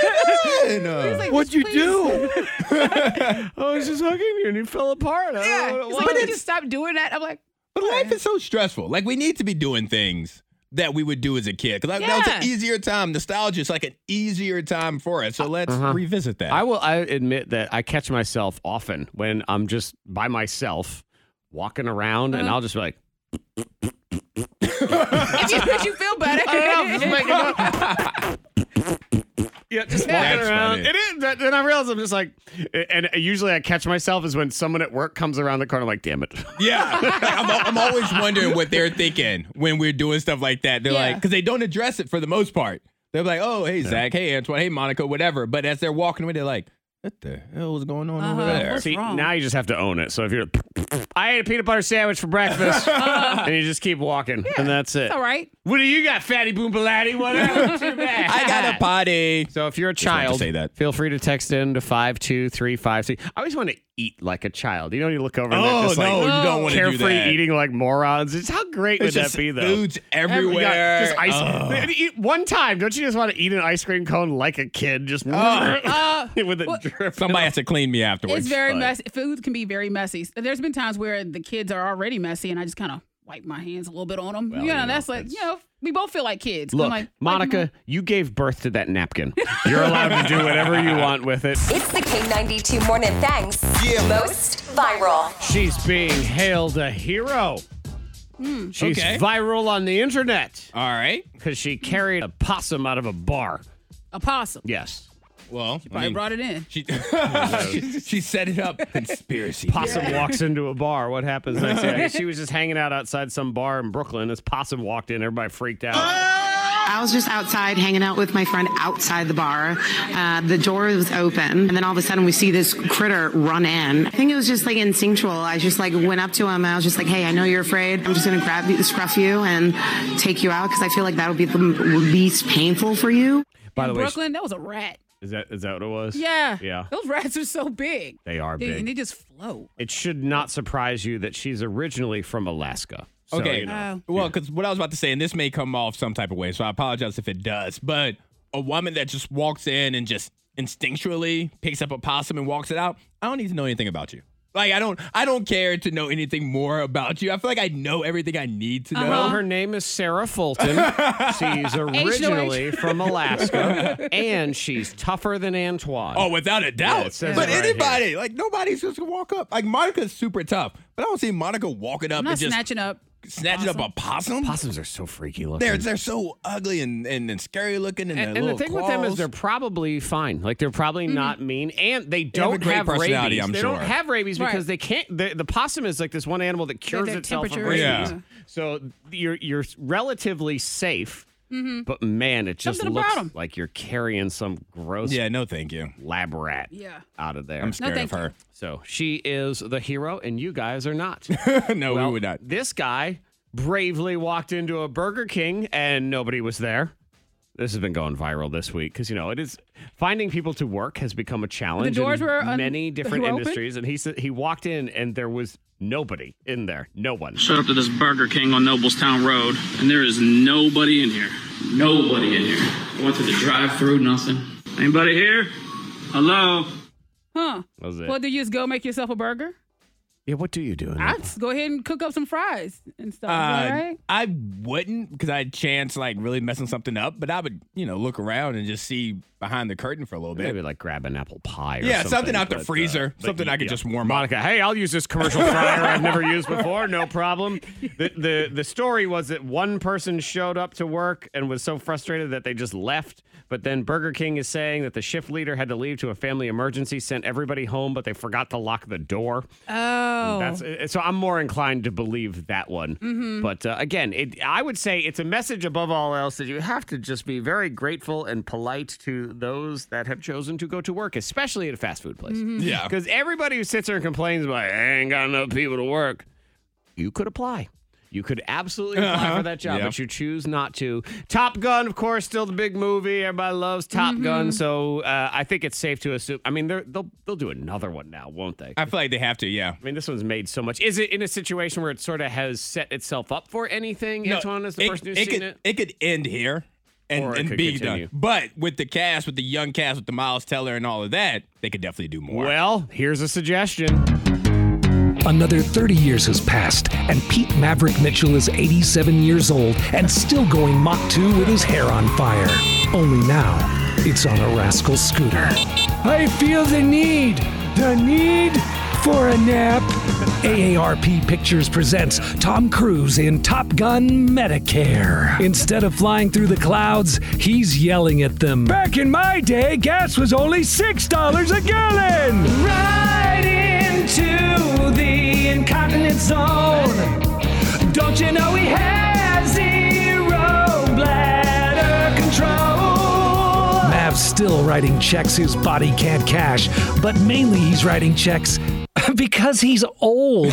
Speaker 4: you doing?
Speaker 3: He's like,
Speaker 2: would
Speaker 3: "Just
Speaker 2: you
Speaker 3: please-
Speaker 2: do? I was just hugging you and you fell apart. I don't
Speaker 3: Yeah.
Speaker 2: know
Speaker 3: He's
Speaker 2: what-
Speaker 3: like, Would you stop doing that? I'm like,
Speaker 4: But life is so stressful. Like we need to be doing things that we would do as a kid. Because that was an
Speaker 3: Yeah.
Speaker 4: easier time. Nostalgia is like an easier time for us. So let's revisit that.
Speaker 2: I will I admit that I catch myself often when I'm just by myself walking around and I'll just be like,
Speaker 3: If you, if you feel better.
Speaker 2: Yeah, just
Speaker 3: Yeah.
Speaker 2: walking
Speaker 4: That's
Speaker 2: around.
Speaker 4: funny.
Speaker 2: It is. That, then I realize I'm just like, and usually I catch myself is when someone at work comes around the corner, like, damn it.
Speaker 4: yeah. Like, I'm, al- I'm always wondering what they're thinking when we're doing stuff like that. They're
Speaker 3: Yeah.
Speaker 4: like, because they don't address it for the most part. They're like, oh, hey, Zach, hey, Antoine, hey, Monica, whatever. But as they're walking away, they're like, what the hell was going on over
Speaker 3: Uh-huh.
Speaker 4: there?
Speaker 2: See,
Speaker 3: wrong?
Speaker 2: now you just have to own it. So if you're, I ate a peanut butter sandwich for breakfast, and you just keep walking, and that's it.
Speaker 3: Uh-huh. All right.
Speaker 2: What do you got, fatty boom balatty? Whatever. Too bad.
Speaker 4: I got a potty.
Speaker 2: So if you're a
Speaker 4: wanted to
Speaker 2: child,
Speaker 4: say that.
Speaker 2: feel free to text in to 52353. I always want to eat like a child. You know, you look over and
Speaker 4: Oh,
Speaker 2: they're just
Speaker 4: no,
Speaker 2: like
Speaker 4: you don't want to do
Speaker 2: carefree
Speaker 4: that.
Speaker 2: eating like morons. It's, how great
Speaker 4: There's
Speaker 2: would
Speaker 4: just
Speaker 2: that be, though?
Speaker 4: foods
Speaker 2: Every- you got
Speaker 4: everywhere.
Speaker 2: Just ice.
Speaker 4: Ugh.
Speaker 2: And eat- one time, don't you just want to eat an ice cream cone like a kid? Just
Speaker 3: Uh,
Speaker 2: with it
Speaker 3: well,
Speaker 2: drip.
Speaker 4: Somebody has to clean me afterwards.
Speaker 3: It's very
Speaker 2: fun.
Speaker 3: messy. Food can be very messy. There's been times where the kids are already messy, and I just kind of wipe my hands a little bit on them. you know, that's like you know, we both feel like kids. I'm
Speaker 2: Look,
Speaker 3: like,
Speaker 2: Monica, you gave birth to that napkin. You're allowed to do whatever you want with it.
Speaker 5: It's the K92 Morning Thangs. Most viral.
Speaker 2: She's being hailed a hero.
Speaker 3: Hmm,
Speaker 2: She's
Speaker 4: okay.
Speaker 2: viral on the internet
Speaker 4: All right.
Speaker 2: because she carried a possum out of a bar.
Speaker 3: a possum.
Speaker 2: Yes.
Speaker 4: Well, I
Speaker 3: I
Speaker 4: mean,
Speaker 3: brought it in.
Speaker 4: She, she, she set it up. Conspiracy.
Speaker 2: Possum walks into a bar. What happens next? Yeah, I guess she was just hanging out outside some bar in Brooklyn. This possum walked in. Everybody freaked out.
Speaker 3: Uh,
Speaker 11: I was just outside hanging out with my friend outside the bar. Uh, the door was open, and then all of a sudden we see this critter run in. I think it was just like instinctual. I just like went up to him. and I was just like, "Hey, I know you're afraid. I'm just gonna grab you, scruff you, and take you out because I feel like that would be the m- least painful for you."
Speaker 2: By the way,
Speaker 3: Brooklyn, that was a rat.
Speaker 2: is that is that what it was?
Speaker 3: Yeah.
Speaker 2: Yeah.
Speaker 3: Those rats are so big.
Speaker 2: They are
Speaker 3: They- And
Speaker 2: big.
Speaker 3: they just float.
Speaker 2: It should not surprise you that she's originally from Alaska. So,
Speaker 4: Okay.
Speaker 2: you know.
Speaker 3: know.
Speaker 4: Well, because what I was about to say, and this may come off some type of way, so I apologize if it does, but a woman that just walks in and just instinctually picks up a possum and walks it out, I don't need to know anything about you. Like I don't, I don't care to know anything more about you. I feel like I know everything I need to know.
Speaker 3: Uh-huh.
Speaker 2: Well, her name is Sarah Fulton. she's originally from Alaska, and she's tougher than Antoine.
Speaker 4: Oh, without a doubt.
Speaker 2: it says
Speaker 4: but
Speaker 2: it right
Speaker 4: anybody, like nobody's just gonna walk up. Like Monica's super tough, but I don't see Monica walking up
Speaker 3: I'm
Speaker 4: and
Speaker 3: not
Speaker 4: just
Speaker 3: snatching up.
Speaker 4: snatching up a possum.
Speaker 2: possums are so freaky looking.
Speaker 4: They're they're so ugly and and, and scary looking
Speaker 2: and,
Speaker 4: and, their
Speaker 2: and the
Speaker 4: little
Speaker 2: thing with them is
Speaker 4: claws. Mm-hmm.
Speaker 2: they're probably fine. Like they're probably not mean, and they
Speaker 4: have a
Speaker 2: don't
Speaker 4: great
Speaker 2: have,
Speaker 4: personality,
Speaker 2: rabies.
Speaker 4: I'm
Speaker 2: they don't
Speaker 4: sure.
Speaker 2: have rabies
Speaker 3: Right.
Speaker 2: because they can't. The, the possum is like this one animal that cures
Speaker 3: their
Speaker 2: itself of
Speaker 3: temperature
Speaker 2: rabies.
Speaker 3: is-
Speaker 4: Yeah.
Speaker 2: So you're you're relatively safe,
Speaker 4: Mm-hmm.
Speaker 2: but man, it just
Speaker 3: Something about
Speaker 2: looks
Speaker 3: 'em.
Speaker 2: like you're carrying some gross
Speaker 4: yeah, no, thank you.
Speaker 2: lab rat
Speaker 3: Yeah.
Speaker 2: out of there.
Speaker 4: I'm scared of
Speaker 3: thank you.
Speaker 4: her.
Speaker 2: So she is the hero, and you guys are not.
Speaker 4: no,
Speaker 2: Well,
Speaker 4: we would not.
Speaker 2: This guy bravely walked into a Burger King and nobody was there. This has been going viral this week because you know it is finding people to work has become a challenge.
Speaker 3: The doors
Speaker 2: in
Speaker 3: were un-
Speaker 2: many different
Speaker 3: were open?
Speaker 2: industries, and he said he walked in and there was nobody in there, no one.
Speaker 12: Showed up to this Burger King on Noblestown Road, and there is nobody in here. Nobody in here. Went through the drive-through, nothing. Anybody here? Hello.
Speaker 3: Huh.
Speaker 2: That was it.
Speaker 3: Well, do you just go make yourself a burger?
Speaker 2: Yeah, what do you do? in
Speaker 3: I'd s- go ahead and cook up some fries and stuff.
Speaker 4: Uh,
Speaker 3: all right.
Speaker 4: I wouldn't because I had chance like really messing something up, but I would, you know, look around and just see behind the curtain for a little bit.
Speaker 2: Maybe like grab an apple pie or
Speaker 4: yeah,
Speaker 2: something,
Speaker 4: out the
Speaker 2: but, uh,
Speaker 4: freezer.
Speaker 2: but
Speaker 4: something
Speaker 2: you-
Speaker 4: I could
Speaker 2: yeah.
Speaker 4: just warm
Speaker 2: Monica,
Speaker 4: up.
Speaker 2: hey, I'll use this commercial fryer I've never used before. No problem. The, the the story was that one person showed up to work and was so frustrated that they just left. But then Burger King is saying that the shift leader had to leave to a family emergency, sent everybody home, but they forgot to lock the door.
Speaker 3: Oh,
Speaker 2: That's uh, so. I'm more inclined to believe that one.
Speaker 3: Mhm.
Speaker 2: But uh, again, it, I would say it's a message above all else that you have to just be very grateful and polite to those that have chosen to go to work, especially at a fast food place.
Speaker 4: Mhm. Yeah.
Speaker 2: because everybody who sits there and complains about I ain't got enough people to work, you could apply. You could absolutely apply
Speaker 4: Uh-huh.
Speaker 2: for that job,
Speaker 4: Yeah.
Speaker 2: but you choose not to. Top Gun, of course, still the big movie. Everybody loves Top Gun, so uh, I think it's safe to assume. I mean, they're- they'll they'll do another one now, won't they?
Speaker 4: I feel like they have to. Yeah.
Speaker 2: I mean, this one's made so much. Is it in a situation where it sort of has set itself up for anything? Antoine is the
Speaker 4: it,
Speaker 2: person who's
Speaker 4: it
Speaker 2: seen
Speaker 4: could,
Speaker 2: it.
Speaker 4: could end here
Speaker 2: Or
Speaker 4: and,
Speaker 2: it
Speaker 4: and
Speaker 2: could
Speaker 4: be
Speaker 2: continue.
Speaker 4: done. But with the cast, with the young cast, with the Miles Teller and all of that, they could definitely do more.
Speaker 2: Well, here's a suggestion.
Speaker 13: Another 30 years has passed, and Pete Maverick Mitchell is 87 years old and still going Mach 2 with his hair on fire. Only now, it's on a rascal scooter. I feel the need, the need for a nap. AARP Pictures presents Tom Cruise in Top Gun Medicare. Instead of flying through the clouds, he's yelling at them. Back in my day, gas was only $6 a gallon. Right into the incontinent zone. Don't you know he has zero bladder control? Mav's still writing checks his body can't cash, but mainly he's writing checks because he's old.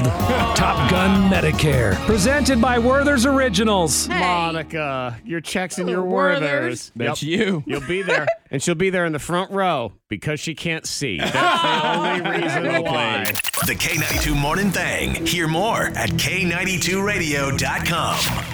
Speaker 13: Top Gun Medicare, presented by Werther's Originals.
Speaker 2: Monica, your checks and your Werthers.
Speaker 4: Oh, That's
Speaker 2: Yep.
Speaker 4: you.
Speaker 2: You'll be there. and she'll be there in the front row because she can't see. That's the only reason why.
Speaker 1: The K92 Morning Thang. Hear more at K92Radio.com.